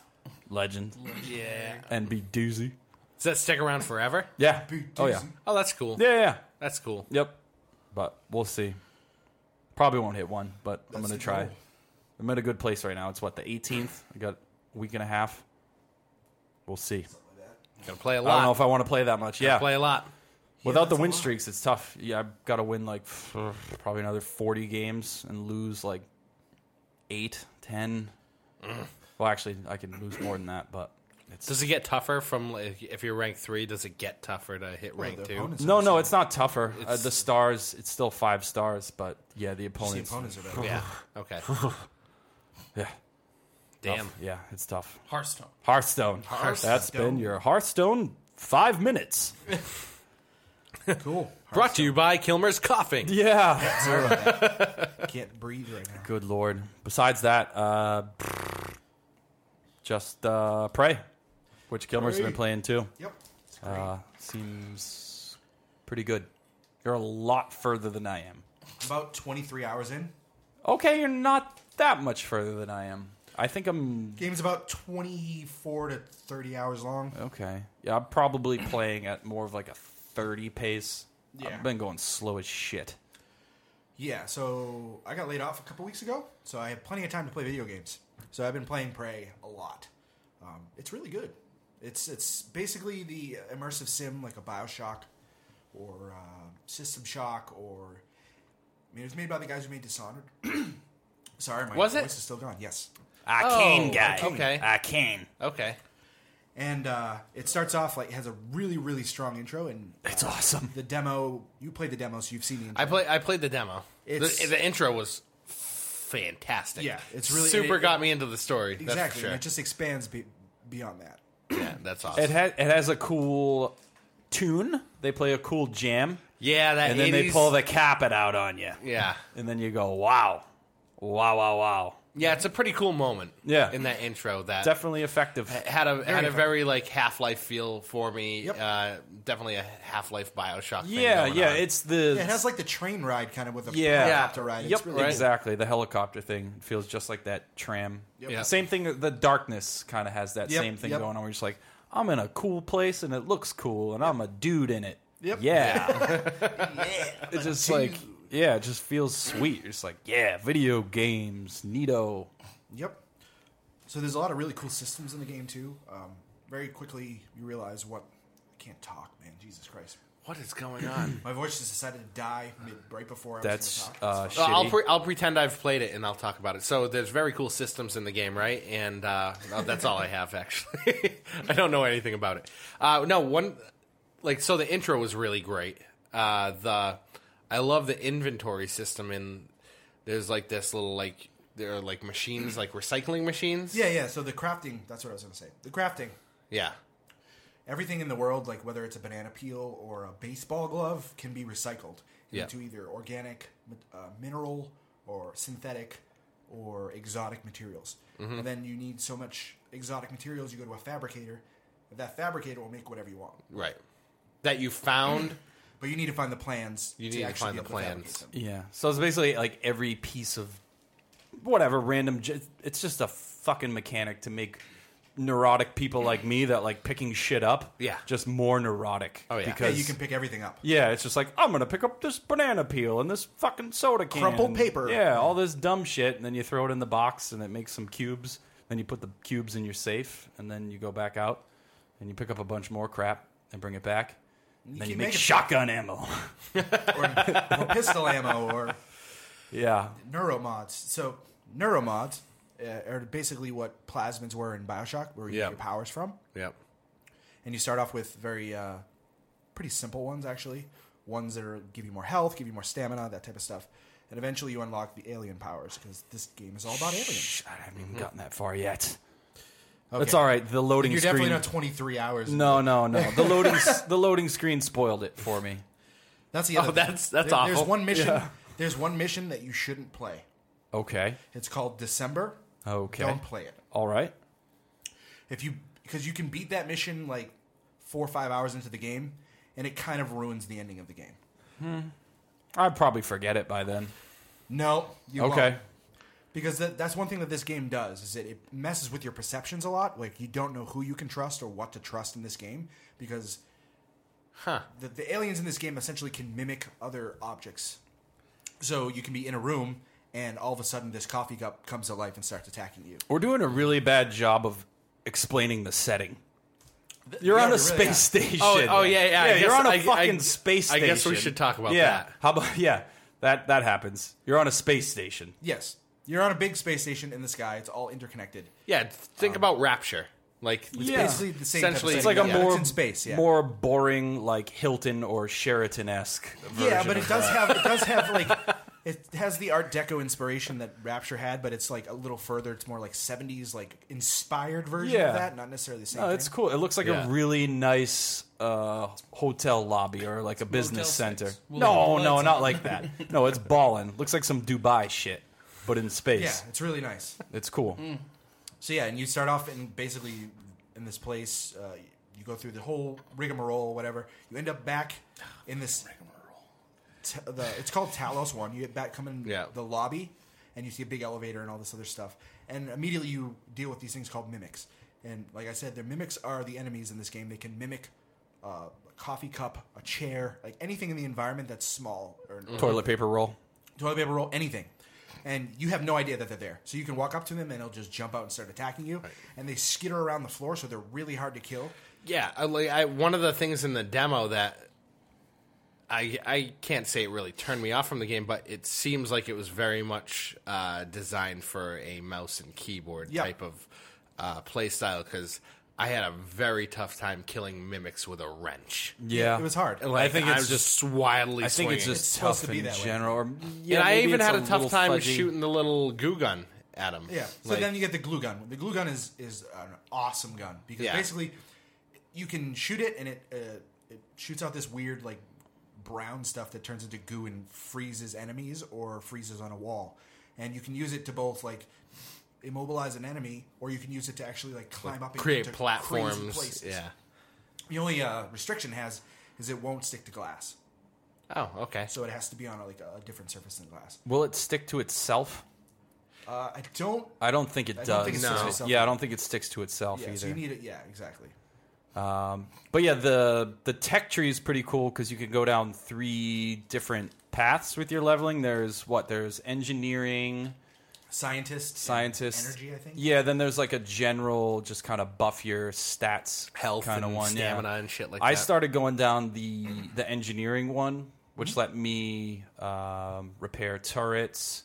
S2: legend,
S3: Yeah.
S2: and be doozy.
S3: Does that stick around forever?
S2: Yeah. Oh yeah.
S3: Oh, that's cool.
S2: Yeah. Yeah.
S3: That's cool.
S2: Yep. But we'll see. Probably won't hit one, but I'm
S1: That's
S2: going
S1: the
S2: to try.
S1: goal.
S2: I'm at a good place right now. It's what, the 18th? I got a week and a half. We'll see.
S3: Gonna play a
S2: I don't know
S3: lot.
S2: if I want to play that much. Yeah.
S3: Play a lot.
S2: Without the
S1: that's a
S2: win
S1: lot.
S2: streaks, it's tough. Yeah, I've got to win like f- probably another 40 games and lose like 8, 10. Well, actually, I can lose more than that, but
S3: Does it get tougher from like, if you're rank three? Does it get tougher to hit rank
S1: the
S3: two?
S1: opponents
S2: No,
S1: are
S2: no,
S1: the
S2: it's not tougher. uh,
S3: It's-
S2: the stars, it's still 5 stars, but yeah, the
S1: same.
S2: opponents.
S1: the opponents are better.
S3: Yeah.
S2: *laughs*
S3: Okay.
S2: Yeah.
S3: Damn.
S2: Yeah, it's tough.
S5: Hearthstone.
S2: Hearthstone.
S1: Hearthstone.
S2: That's been your Hearthstone five minutes.
S1: Cool.
S3: Brought to you by Kilmer's Coughing.
S2: Yeah.
S1: Sorry
S2: *laughs*
S1: about that. Can't breathe right now.
S2: Good lord. Besides that, uh, just uh, pray, which Kilmer's been
S1: Pray.
S2: playing too.
S1: Yep. It's great.
S2: Uh, seems pretty good. You're a lot further than I am.
S1: About 23 hours in.
S2: Okay, you're not that much further than I am. I think I'm
S1: Game's about 24 to 30 hours long.
S2: okay. Yeah, I'm probably playing at more of like a 30 pace.
S1: Yeah.
S2: I've been going slow as shit.
S1: Yeah, so I got laid off a couple weeks ago, so I had plenty of time to play video games. So I've been playing Prey a lot. Um, it's really good. It's it's basically the immersive sim like a Bioshock or uh, System Shock or I mean it was made by the guys who made Dishonored. *clears throat* Sorry, my
S3: Was it?
S1: voice is still gone. Yes, Oh,
S3: Arcane guy. Okay.
S2: Arcane.
S3: Okay.
S1: and uh, it starts off like has a really really strong intro and uh,
S2: It's awesome.
S1: the demo. You played the demo, so you've seen the intro.
S3: I play. I played the demo. The,
S1: It's-
S3: the intro was fantastic.
S1: Yeah, it's really-
S3: super.
S1: it-
S3: got me into the story. That's
S1: exactly,
S3: for sure.
S1: and it just expands be- beyond that.
S3: yeah, that's awesome.
S2: It has it has a cool tune. They play a cool jam,
S3: yeah, that.
S2: and then they
S3: 80s
S2: pull the capit out on you,
S3: Yeah.
S2: and then you go, "Wow, wow, wow, wow!"
S1: Uh,
S3: Yeah, it's a pretty cool moment.
S2: Yeah.
S3: in that intro, that
S2: Definitely effective.
S1: uh,
S3: had a had a very like Half Life feel for me.
S1: Yep.
S3: Uh, definitely a Half Life Bioshock. Thing
S2: Yeah,
S3: going
S2: yeah.
S3: on.
S2: It's the
S1: Yeah, it has like the train ride kind of with a
S2: Yeah.
S1: helicopter ride. It's
S2: Yep,
S1: really cool.
S2: exactly. The helicopter thing feels just like that tram.
S3: Yeah.
S2: Same thing. that The darkness kind of has that
S1: Yep,
S2: same thing
S1: yep.
S2: going on. Where you're just like, I'm in a cool place and it looks cool, and I'm a dude in it.
S1: Yep.
S2: Yeah. *laughs* It's just like, yeah, it just feels sweet. You're just like, yeah, video games, neato.
S1: Yep. So there's a lot of really cool systems in the game too. Um, very quickly, you realize what I can't talk, man. Jesus Christ,
S3: what is going on?
S1: my voice just decided to die mid, right before I was
S2: That's
S1: going to talk.
S2: uh,
S1: It's
S2: shitty.
S3: Well, I'll pre- I'll pretend I've played it and I'll talk about it. So there's very cool systems in the game, right? And uh, well, that's all I have actually. *laughs* I don't know anything about it. Uh, no one, like so the intro was really great. Uh, the I love the inventory system in. There's like this little like there are like machines like recycling machines.
S1: fine. yeah, yeah. So the crafting—that's what I was going to say. The crafting.
S3: yeah.
S1: Everything in the world, like whether it's a banana peel or a baseball glove, can be recycled
S3: Yeah.
S1: into either organic, uh, mineral, or synthetic, or exotic materials.
S3: Mm-hmm.
S1: And then you need so much exotic materials, you go to a fabricator. That fabricator will make whatever you want.
S3: Right. That
S2: *clears throat*
S3: you found.
S1: But you need to find the plans.
S3: You need to
S1: actually
S3: find
S1: be
S3: the
S1: able to fabricate them.
S3: plans.
S2: yeah. So it's basically like every piece of whatever random. j- It's just a fucking mechanic to make neurotic people like me that like picking shit up.
S3: Yeah.
S2: Just more neurotic.
S3: Oh, yeah.
S1: Yeah,
S2: Because
S1: you can pick everything up.
S2: Yeah, it's just like I'm gonna pick up this banana peel and this fucking soda can,
S1: Crumpled paper.
S2: Yeah, all this dumb shit, and then you throw it in the box, and it makes some cubes. Then you put the cubes in your safe, and then you go back out, and you pick up a bunch more crap and bring it back, then you
S1: can
S2: make,
S1: make a-
S2: shotgun ammo. *laughs*
S1: or, or pistol ammo or
S2: yeah.
S1: neuromods. So neuromods uh, are basically what plasmids were in Bioshock, where you
S3: Yeah.
S1: get your powers from.
S3: Yep.
S1: And you start off with very uh, pretty simple ones, actually. Ones that are give you more health, give you more stamina, that type of stuff. And eventually you unlock the alien powers because this game is all about aliens.
S2: Shh, I haven't even gotten that far yet.
S1: Okay.
S2: That's all right. The loading
S1: You're
S2: screen.
S1: definitely not 23 hours. into
S2: no,
S1: it.
S2: no, no. The loading s- the loading screen spoiled it for me.
S1: That's the other.
S3: Oh,
S1: thing.
S3: that's- that's
S1: There- There's
S3: awful.
S1: one mission. There's one mission that you shouldn't play.
S2: Okay.
S1: It's called December.
S2: Okay.
S1: Don't play it.
S2: All right.
S1: if you because you can beat that mission like four or five hours into the game and it kind of ruins the ending of the game
S2: I'd probably forget it by then.
S1: no you
S2: Okay.
S1: won't. because that, that's one thing that this game does is that it messes with your perceptions a lot like you don't know who you can trust or what to trust in this game because
S3: Huh.
S1: the, the aliens in this game essentially can mimic other objects so you can be in a room and all of a sudden this coffee cup comes to life and starts attacking you
S2: We're doing a really bad job of explaining the setting. You're
S1: yeah,
S2: on a
S1: we really
S2: space
S1: are.
S2: station.
S3: Oh, oh, yeah, yeah, I
S2: Yeah, you're
S3: guess-
S2: on a
S3: I- I-
S2: fucking space
S3: I
S2: station.
S3: guess we should talk about
S2: yeah.
S3: that.
S2: How about *laughs* yeah? That that happens. You're on a space station.
S1: yes you're on a big space station in the sky it's all interconnected
S3: Yeah. Think about Rapture. Like
S1: It's
S2: Um, Yeah.
S1: basically the same.
S3: Essentially,
S1: type of
S2: It's like
S1: setting,
S2: a
S1: yeah.
S2: more
S1: it's in space, yeah.
S2: more boring, like Hilton or Sheraton esque.
S1: yeah, but it does have it
S2: *laughs*
S1: does have like it has the Art Deco inspiration that Rapture had, but it's like a little further. It's more like '70s, like inspired version
S2: Yeah.
S1: of that, not necessarily the same.
S2: No,
S1: thing.
S2: Oh, it's cool. It looks like
S3: Yeah.
S2: a really nice uh, hotel lobby or like a business
S5: Motel
S2: center.
S5: six. We'll
S2: no,
S5: leave the
S2: no,
S5: lights
S2: not
S5: on.
S2: like that. No, it's ballin'. Looks like some Dubai shit, but in
S1: yeah,
S2: space.
S1: it's really nice.
S2: It's cool.
S1: So yeah, and you start off in basically in this place. Uh, you go through the whole rigmarole, whatever. You end up back in this. T- the, it's called Talos One. You get back come in
S3: Yeah.
S1: the lobby, and you see a big elevator and all this other stuff. And immediately you deal with these things called mimics. And like I said, their mimics are the enemies in this game. They can mimic uh, a coffee cup, a chair, like anything in the environment that's small or
S2: Toilet paper roll.
S1: toilet paper roll, anything. And you have no idea that they're there. So you can walk up to them and they'll just jump out and start attacking you. And they skitter around the floor, so they're really hard to kill.
S3: Yeah, I, like I, one of the things in the demo that I I can't say it really turned me off from the game, but it seems like it was very much uh, designed for a mouse and keyboard
S1: Yeah.
S3: type of uh, play style because I had a very tough time killing mimics with a wrench.
S2: Yeah,
S1: It was hard.
S3: Like,
S2: I think
S3: I
S2: it's
S3: was
S2: just.
S3: just wildly.
S2: I think it's
S3: swinging.
S2: just
S1: It's
S2: tough
S1: supposed to be
S2: in
S1: that way.
S2: general. Or, yeah,
S3: And I
S2: maybe
S3: even
S2: it's
S3: had a,
S2: little
S3: tough time
S2: fudgy.
S3: shooting the little goo gun at him.
S1: Yeah. So
S3: Like,
S1: then you get the glue gun. The glue gun is, is an awesome gun because
S3: Yeah.
S1: basically you can shoot it and it, uh, it shoots out this weird, like, brown stuff that turns into goo and freezes enemies or freezes on a wall. And you can use it to both, like, immobilize an enemy or you can use it to actually, like, climb up and
S3: create
S1: into crazy
S3: platforms.
S1: places.
S3: Yeah.
S1: The only uh, restriction has is it won't stick to glass,
S3: Oh, okay.
S1: so it has to be on like a different surface than glass.
S2: Will it stick to itself?
S1: Uh, I don't.
S2: I don't think it
S1: I
S2: does.
S1: don't think it
S3: sticks to
S1: itself.
S2: Yeah, I don't think it sticks to itself
S1: Yeah,
S2: either.
S1: so you need it. Yeah, exactly.
S2: But yeah, the the tech tree is pretty cool because you can go down three different paths with your leveling. There's what? There's engineering,
S1: Scientist,
S2: scientist,
S1: energy. I think.
S2: Yeah, then there's like a general, just kind of buff your stats,
S3: Health
S2: kind of
S3: and
S2: one, yeah.
S3: stamina and shit like
S2: I
S3: that.
S2: started going down the the engineering one, which let me um, repair turrets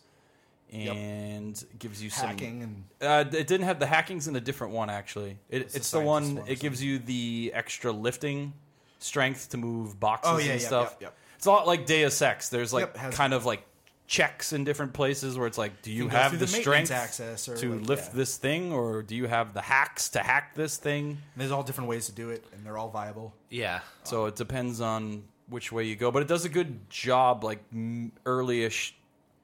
S2: and gives you some
S1: Hacking and
S2: uh, it didn't have the hacking's in a different one actually. It, it's,
S1: the
S2: the one.
S1: scientist one or
S2: it gives you the extra lifting strength to move boxes
S1: Oh, yeah,
S2: and
S1: yep,
S2: stuff.
S1: yep, yep.
S2: It's a lot like Deus Ex. There's like
S1: Yep, has-
S2: kind of like checks in different places where it's like, do you,
S1: can go
S2: have
S1: through
S2: the,
S1: the maintenance
S2: strength
S1: access or,
S2: to
S1: like,
S2: lift
S1: yeah.
S2: this thing, or do you have the hacks to hack this thing?
S1: there's all different ways to do it, and they're all viable.
S3: yeah.
S2: So it depends on which way you go, but it does a good job, like m- early-ish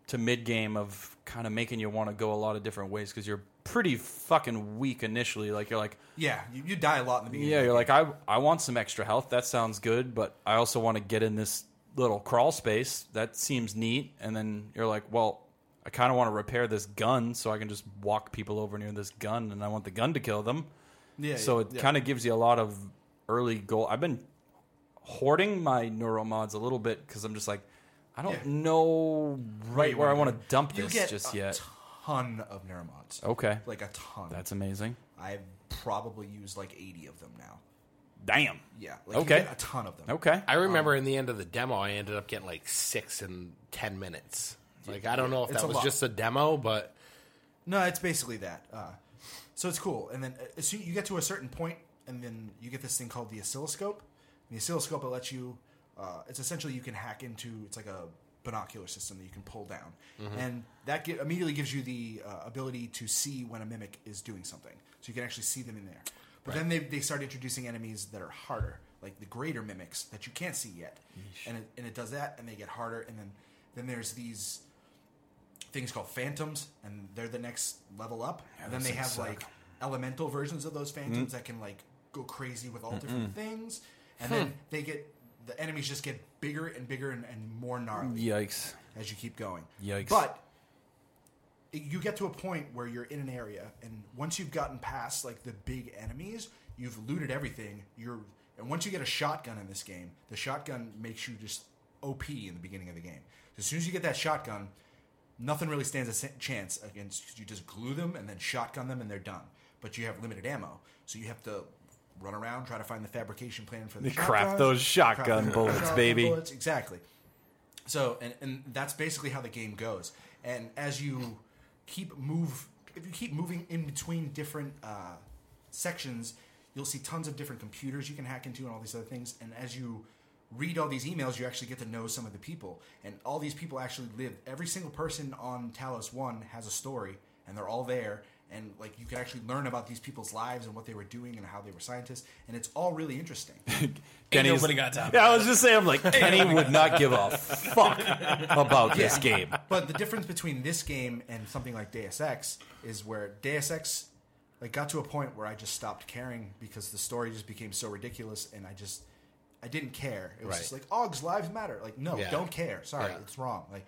S2: to mid game, of kind of making you want to go a lot of different ways because you're pretty fucking weak initially. Like you're like,
S1: Yeah, you, you die a lot in the beginning.
S2: yeah, you're like, I I want some extra health. That sounds good, but I also want to get in this little crawl space. That seems neat. And then you're like, well. I kind of want to repair this gun so I can just walk people over near this gun and I want the gun to kill them.
S1: yeah.
S2: So it kind of gives you a lot of early goal. I've been hoarding my neuromods a little bit because I'm just like, I don't
S1: Yeah.
S2: know right where I want to dump
S1: you
S2: this
S1: get
S2: just
S1: a
S2: yet.
S1: ton of neuromods.
S2: Okay,
S1: Like a ton.
S2: that's amazing.
S1: I've probably used like 80 of them now.
S2: Damn.
S1: Yeah. Like, you
S2: Okay.
S1: get a ton of them.
S2: Okay.
S3: I remember in the end of the demo, I ended up getting like six in ten minutes. Like I don't know if
S1: It's
S3: that
S1: a
S3: was
S1: lot.
S3: just a demo, but
S1: No, it's basically that. Uh, so it's cool. And then uh, as soon you get to a certain point, and then you get this thing called the oscilloscope. And the oscilloscope it lets you. Uh, it's essentially you can hack into. It's like a binocular system that you can pull down, and that get, immediately gives you the uh, ability to see when a mimic is doing something. So you can actually see them in there. But then they they start introducing enemies that are harder, like the greater mimics that you can't see yet, and it, and it does that, and they get harder, and then then there's these things called phantoms, and they're the next level up. and then they have like elemental versions of those phantoms that can like go crazy with all different things, and then they get the enemies just get bigger and bigger and, and more gnarly
S2: Yikes.
S1: as you keep going.
S2: Yikes.
S1: But it- you get to a point where you're in an area, and once you've gotten past like the big enemies, you've looted everything. You're and once you get a shotgun in this game, the shotgun makes you just OP in the beginning of the game. As soon as you get that shotgun, nothing really stands a sa- chance against 'cause you just glue them and then shotgun them and they're done. But you have limited ammo, so you have to run around try to find the fabrication plan for the
S2: *laughs* Craft
S1: shotgun,
S2: those shotgun
S1: craft those
S2: bullets,
S1: shotgun
S2: baby.
S1: bullets, exactly. So, and, and that's basically how the game goes. And as you keep move, if you keep moving in between different uh, sections, you'll see tons of different computers you can hack into and all these other things. And as you read all these emails, you actually get to know some of the people. And all these people actually live. Every single person on Talos One has a story, and they're all there. And like you can actually learn about these people's lives and what they were doing and how they were scientists, and it's all really interesting.
S2: Kenny's-
S5: nobody got time.
S2: Yeah, I was just saying, I'm like, Kenny would not give a fuck about this game.
S1: *laughs* but the difference between this game and something like Deus Ex is where Deus Ex like got to a point where I just stopped caring because the story just became so ridiculous and I just I didn't care. It was
S3: Right.
S1: just like Og's lives matter. Like no,
S3: Yeah.
S1: don't care. Sorry,
S3: Yeah.
S1: it's wrong. Like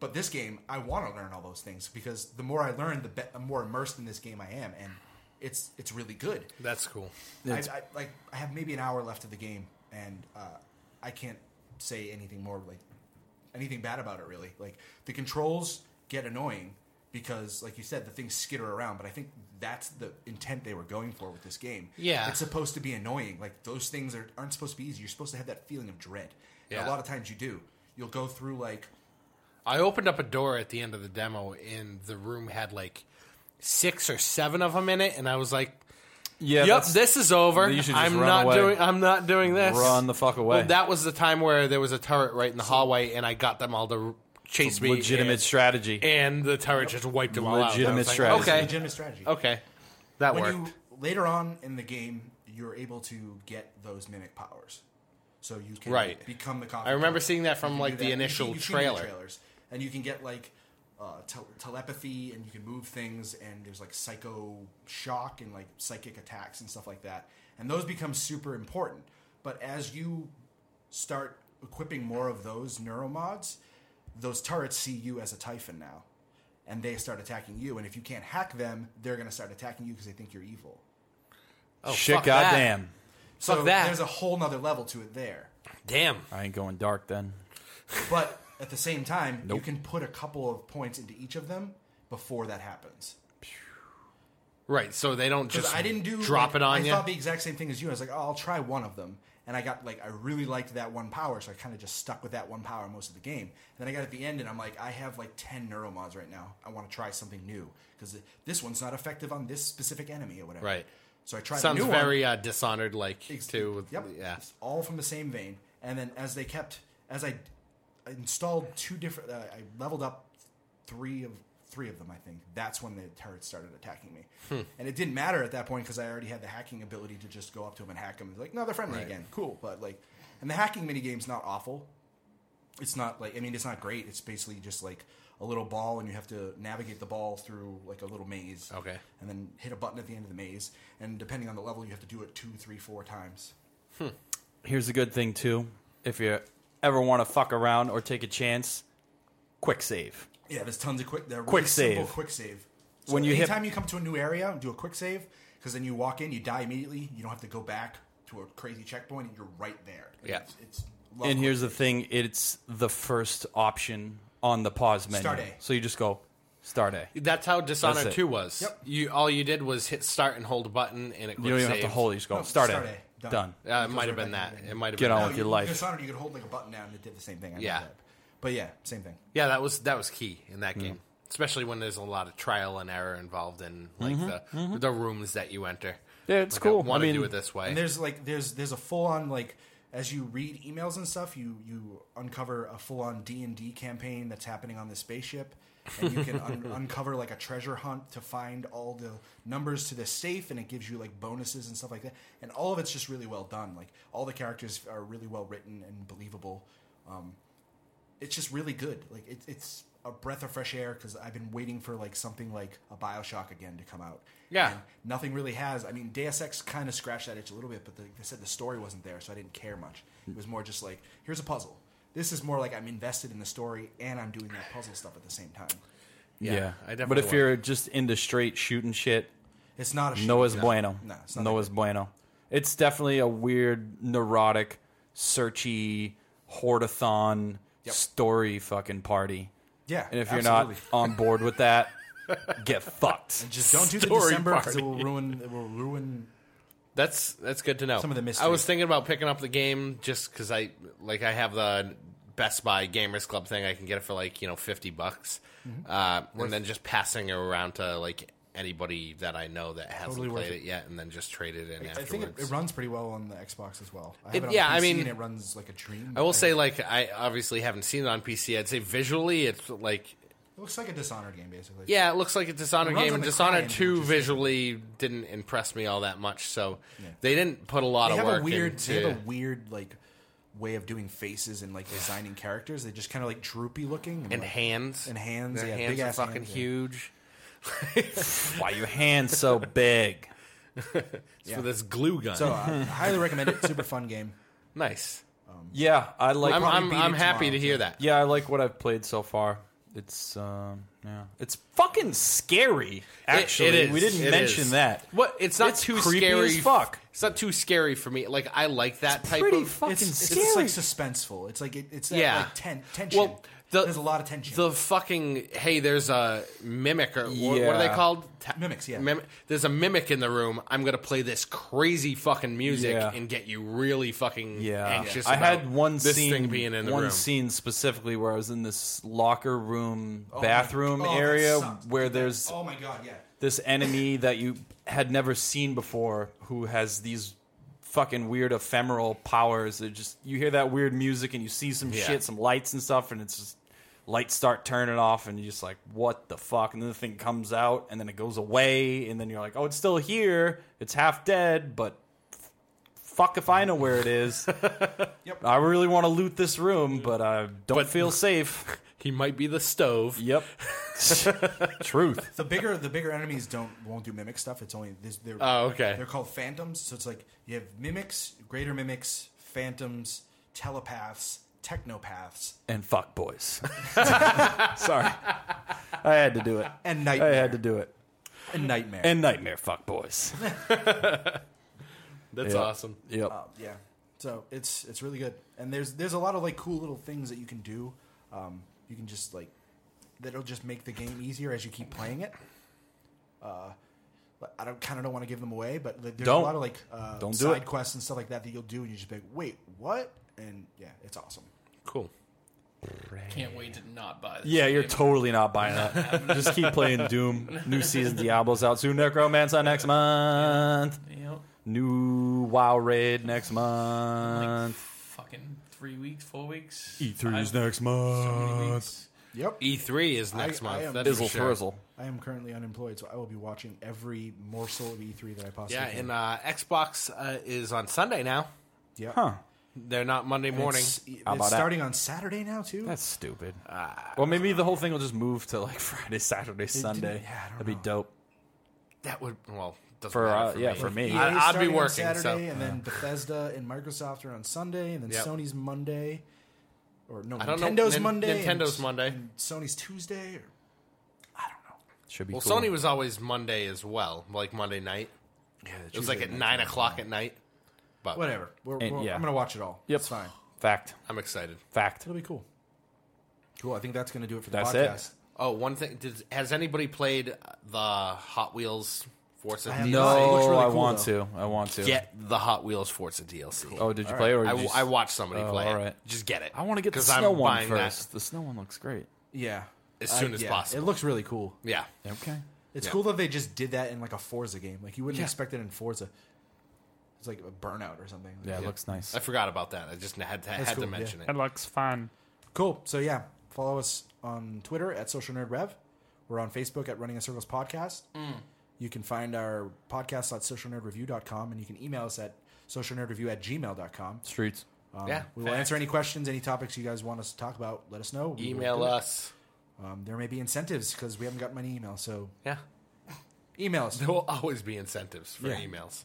S1: but this game I want to learn all those things because the more I learn the, be- the more immersed in this game I am and it's it's really good.
S3: that's cool.
S1: I, I, like I have maybe an hour left of the game, and uh, I can't say anything more like anything bad about it. Really, like the controls get annoying because, like you said, the things skitter around. But I think that's the intent they were going for with this game.
S3: Yeah.
S1: it's supposed to be annoying. Like those things are, aren't supposed to be easy. You're supposed to have that feeling of dread. And
S3: Yeah.
S1: a lot of times you do. You'll go through like
S3: I opened up a door at the end of the demo, and the room had like six or seven of them in it, and I was like,
S2: Yeah,
S3: "Yep,
S2: that's-
S3: this is over.
S2: You should just
S3: I'm
S2: run
S3: not
S2: away.
S3: doing. I'm not doing this.
S2: Run the fuck away.
S3: Well, that was the time where there was a turret right in the hallway, and I got them all to chase me.
S2: legitimate
S3: and,
S2: strategy.
S3: and the turret just wiped them all out.
S2: Legitimate
S3: I was like,
S2: strategy.
S3: Okay,
S1: legitimate strategy.
S3: okay, that
S1: when
S3: worked.
S1: you later on in the game, you're able to get those mimic powers, so you can
S3: Right.
S1: become the.
S3: I remember seeing that from like the initial trailer.
S1: trailers, and you can get like uh, tel telepathy, and you can move things, and there's like psycho shock and like psychic attacks and stuff like that, and those become super important. But as you start equipping more of those neuromods, those turrets see you as a Typhon now, and they start attacking you. And if you can't hack them, they're going to start attacking you because they think you're evil.
S3: Oh,
S2: Shit,
S3: fuck that.
S2: goddamn.
S1: So
S3: Fuck that.
S1: there's a whole nother level to it there.
S3: Damn.
S2: I ain't going dark then.
S1: But at the same time, you can put a couple of points into each of them before that happens.
S3: Right, so they don't
S1: Because
S3: just
S1: I didn't do
S3: drop
S1: like,
S3: it on
S1: I
S3: you.
S1: thought the exact same thing as you. I was like, oh, I'll try one of them, and I got like I really liked that one power, so I kind of just stuck with that one power most of the game. And then I got at the end, and I'm like, I have like ten neuromods right now. I want to try something new because this one's not effective on this specific enemy or whatever.
S3: Right.
S1: So I tried
S3: Sounds
S1: the new one.
S3: very uh, dishonored, like
S1: Ex-
S3: too. with-
S1: Yep.
S3: Yeah.
S1: It's all from the same vein. And then as they kept, as I I installed two different, uh, I leveled up three of three of them. I think that's when the turrets started attacking me.
S3: Hmm.
S1: And it didn't matter at that point because I already had the hacking ability to just go up to them and hack them. It's like, no, they're friendly again. Cool. But like, and the hacking minigame's not awful. It's not like I mean, it's not great. It's basically just like a little ball, and you have to navigate the ball through like a little maze.
S3: Okay.
S1: And then hit a button at the end of the maze, and depending on the level, you have to do it two, three, four times.
S2: Here's a good thing too. If you ever want to fuck around or take a chance, quick save.
S1: Yeah, there's tons of quick. They're
S2: Quick
S1: really simple
S2: save.
S1: Quick save.
S2: When you hit-
S1: anytime you come to a new area, do a quick save because then you walk in, you die immediately. You don't have to go back to a crazy checkpoint, and you're right there.
S3: Yeah.
S1: it's, it's love
S2: and
S1: quick
S2: here's the
S1: save.
S2: thing: it's the first option on the pause menu.
S1: Start A.
S2: So you just go start A. You
S3: That's how Dishonored
S2: That's it.
S3: Two was.
S1: Yep.
S3: You all you did was hit start and hold a button, and it.
S2: don't even have to hold it. You just go
S1: No,
S2: start,
S1: start
S2: A.
S1: A.
S2: Done.
S3: Uh, it might have been that. It might have
S2: Get
S3: been
S2: on
S3: that.
S2: with your life.
S1: Dishonored, Oh, you could hold like a button down and it did the same thing. I know
S3: Yeah.
S1: that. But yeah, same thing.
S3: Yeah, that was that was key in that
S2: Mm-hmm.
S3: game, especially when there's a lot of trial and error involved in like the the rooms that you enter.
S2: Mm-hmm. Yeah, it's
S3: Like,
S2: cool.
S3: I want
S2: I
S3: to
S2: mean-
S3: do it this way.
S1: And there's like there's there's a full on like as you read emails and stuff, you you uncover a full on D and D campaign that's happening on the spaceship, and you can un- *laughs* uncover like a treasure hunt to find all the numbers to the safe, and it gives you like bonuses and stuff like that. And all of it's just really well done. Like all the characters are really well written and believable. Um, it's just really good. Like it, it's a breath of fresh air because I've been waiting for like something like a Bioshock again to come out.
S3: Yeah.
S1: And nothing really has. I mean, Deus Ex kind of scratched that itch a little bit, but the, they said the story wasn't there, so I didn't care much. It was more just like here's a puzzle. This is more like I'm invested in the story and I'm doing that puzzle stuff at the same time.
S2: Yeah,
S3: I definitely
S2: But if
S3: would.
S2: you're just into straight shooting shit,
S1: It's not a shoot.
S2: no es bueno.
S1: No, it's not
S2: No es bueno. It's definitely a weird, neurotic, searchy, hordathon story fucking party.
S1: Yeah,
S2: And if you're
S1: absolutely.
S2: not on board with that, get
S3: *laughs*
S2: fucked.
S1: just don't do the
S3: Story
S1: December because it will
S3: party.
S1: ruin it will ruin
S3: That's that's good to know.
S1: Some of the
S3: I
S1: mystery.
S3: was thinking about picking up the game just because I like I have the Best Buy Gamers Club thing. I can get it for like you know fifty bucks,
S1: Mm-hmm.
S3: uh, and then just passing it around to like anybody that I know that hasn't
S1: Totally worth
S3: played it. yet, and then just trade it in
S1: I think it,
S3: afterwards.
S1: it runs pretty well on the Xbox as well. I have
S3: It-
S1: it on
S3: yeah,
S1: PC
S3: I mean-
S1: and it runs like a dream.
S3: I will say, like, I obviously haven't seen it on PC. I'd say visually, it's like,
S1: it looks like a Dishonored game basically.
S3: yeah, it looks like a Dishonored
S1: It runs
S3: game,
S1: on
S3: and
S1: the
S3: Dishonored
S1: client,
S3: Two
S1: which is-
S3: visually didn't impress me all that much. So they didn't put a lot
S1: they
S3: of
S1: have
S3: work
S1: a weird
S3: into.
S1: they have a weird like way of doing faces and like designing characters they're just kind of like droopy looking like,
S3: and *laughs* hands,
S1: and hands,
S3: Their
S1: yeah,
S3: hands are
S1: big-ass
S3: fucking
S1: hands, yeah.
S3: huge.
S2: Why your hands so big?
S3: It's for this glue gun.
S1: so I highly recommend it super fun
S3: *laughs*
S1: game
S3: nice.
S2: Yeah, I like.
S3: I'm
S1: probably
S3: I'm,
S1: beat it
S3: I'm happy
S1: tomorrow,
S3: to hear
S1: too.
S3: that.
S2: yeah, I like what I've played so far. It's um, yeah, it's fucking scary. Actually,
S3: It- it is.
S2: we didn't
S3: It
S2: mention
S3: is.
S2: that.
S3: What? It's not
S2: It's
S3: too
S2: creepy
S3: scary.
S2: as fuck.
S3: It's not too scary for me. Like I like that type
S2: Pretty
S3: of.
S2: fucking
S1: it's, it's,
S2: scary.
S1: like suspenseful it's like it, it's that,
S3: Yeah.
S1: like ten, tension
S3: the-
S1: there's a lot of tension
S3: The fucking hey, there's a mimic or wh- what are they
S2: Yeah.
S3: called? Ta-
S1: Mimics, yeah.
S3: Mim- there's a mimic in the room. I'm gonna play this crazy fucking music
S2: Yeah.
S3: and get you really fucking
S2: yeah.
S3: anxious.
S2: I
S3: about
S2: had one
S3: this
S2: scene,
S3: thing being in the
S2: one
S3: room.
S2: scene specifically where I was in this locker room, bathroom
S1: Oh, that
S2: area
S1: sucked.
S2: where there's
S1: oh my god yeah
S2: this enemy that you had never seen before who has these fucking weird ephemeral powers that just you hear that weird music and you see some
S3: Yeah.
S2: shit some lights and stuff and it's just lights start turning off and you're just like what the fuck and then the thing comes out and then it goes away and then you're like oh it's still here it's half dead but f- fuck if i know where it *laughs* is
S1: Yep.
S2: i really want to loot this room but i don't feel safe
S3: He might be the stove.
S2: *laughs* yep *laughs* truth
S1: the bigger the bigger enemies don't won't do mimic stuff it's only there's- they're
S3: Oh, okay.
S1: they're called phantoms so it's like you have mimics greater mimics phantoms telepaths technopaths
S2: and fuck boys. *laughs* Sorry, I had to do it.
S1: and
S2: I
S1: nightmare
S2: had to do it.
S1: and nightmare
S2: And nightmare fuck boys.
S3: That's
S2: Yeah.
S3: awesome.
S2: Yep.
S1: Um, Yeah. So it's it's really good, and there's there's a lot of like cool little things that you can do. Um, you can just like that'll just make the game easier as you keep playing it. Uh, but I don't kind of don't want to give them away, but th- there's
S2: Don't.
S1: a lot of like uh,
S2: Don't do
S1: side
S2: it.
S1: quests and stuff like that that you'll do, and you just be like, wait, what? And yeah, it's awesome.
S3: Cool.
S5: Can't wait to not buy this.
S2: yeah, you're
S5: game.
S2: totally not buying that. Just keep playing Doom. New season Diablo's out soon. Necromancer next month.
S5: Yep.
S2: New WoW raid next
S5: Like
S2: month.
S5: fucking three weeks, four weeks.
S2: E3 E is
S5: Five-
S2: next
S5: so many
S2: month.
S5: weeks.
S1: Yep.
S3: E3 E is next
S1: I- I
S3: month.
S1: am-
S3: that's for
S2: Izzle
S3: sure.
S2: frizzle.
S1: I am currently unemployed, so I will be watching every morsel of E3 that I possibly
S3: Yeah,
S1: can.
S3: and uh, Xbox uh, is on Sunday now.
S1: Yep.
S2: Huh?
S3: They're not Monday
S1: And
S3: morning.
S1: It's,
S2: How
S1: it's
S2: about that?
S1: starting on Saturday now too.
S2: That's stupid. well, maybe the whole thing will just move to like *laughs* Friday, Saturday, Sunday.
S1: yeah, I don't
S2: That'd be dope.
S3: That would well doesn't
S2: For,
S3: matter
S2: uh, yeah, for me.
S3: I-
S1: EA's
S3: I'd be
S1: starting on
S3: working, so-
S1: Saturday, and then Bethesda and Microsoft are on Sunday, and then
S3: Yep.
S1: Sony's Monday, or no,
S3: I don't know.
S1: Nintendo's
S3: Nin-
S1: Monday, and-
S3: Nintendo's Monday.
S1: and Sony's Tuesday. Or,
S2: Should be
S3: Well,
S2: cool.
S3: Sony was always Monday as well, like Monday night. Yeah, it was like at nine o'clock at night. But
S1: whatever. We're,
S2: And-
S1: we're-
S2: yeah.
S1: I'm gonna watch it all.
S2: Yep.
S1: it's fine.
S2: fact.
S3: I'm excited.
S2: Fact.
S1: It'll be cool. Cool. I think that's gonna do it for the
S2: That's it.
S1: podcast.
S3: Oh, one thing: did, has anybody played the Hot Wheels Forza
S1: have
S3: DLC.
S1: not. It
S2: No,
S1: looks really
S2: I
S1: cool,
S2: want
S1: though.
S2: to. I want to.
S3: Get the Hot Wheels Forza DLC.
S2: Oh, did you play it? Or
S3: I,
S2: did you...
S3: I watched somebody
S2: Oh,
S3: play
S2: all
S3: it.
S2: right.
S3: Just get it.
S2: I want to get the
S3: 'Cause
S2: snow
S3: I'm
S2: one
S3: buying that.
S2: first. The snow one looks great.
S1: Yeah.
S3: As soon as possible.
S1: It looks really cool.
S3: Yeah.
S2: Okay.
S1: It's
S3: Yeah.
S1: cool that they just did that in like a Forza game. Like you wouldn't
S2: Yeah.
S1: expect it in Forza. It's like a burnout or something.
S2: Yeah, it looks nice.
S3: I forgot about that. I just had to, had
S1: cool,
S3: to
S1: yeah.
S3: mention it.
S7: It looks fun.
S1: Cool. So yeah, follow us on Twitter at Social Nerd Rev. We're on Facebook at Running in Circles Podcast. You can find our podcast at socialnerdreview.com and you can email us at socialnerdreview at gmail.com.
S2: Streets.
S1: Um,
S3: Yeah,
S1: we will
S3: facts.
S1: answer any questions, any topics you guys want us to talk about. Let us know. We will
S3: Email
S1: do it.
S3: us.
S1: Um, there may be incentives because we haven't gotten many emails. So
S3: Yeah.
S1: email us.
S3: *laughs* There will always be incentives for
S1: Yeah.
S3: emails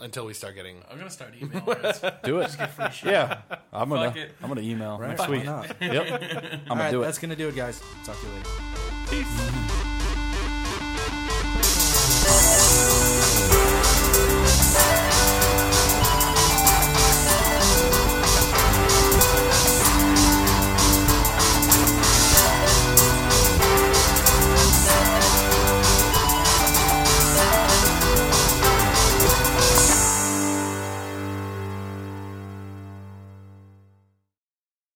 S3: until we start getting.
S5: I'm gonna start emailing. us.
S2: Do it. yeah. I'm gonna.
S5: Fuck it.
S2: I'm gonna email
S1: Right?
S2: next
S1: Why
S2: week.
S1: not?
S2: Yep. I'm
S1: All
S2: gonna
S1: right,
S2: do it.
S1: that's gonna do it, guys. Talk to you later.
S7: Peace.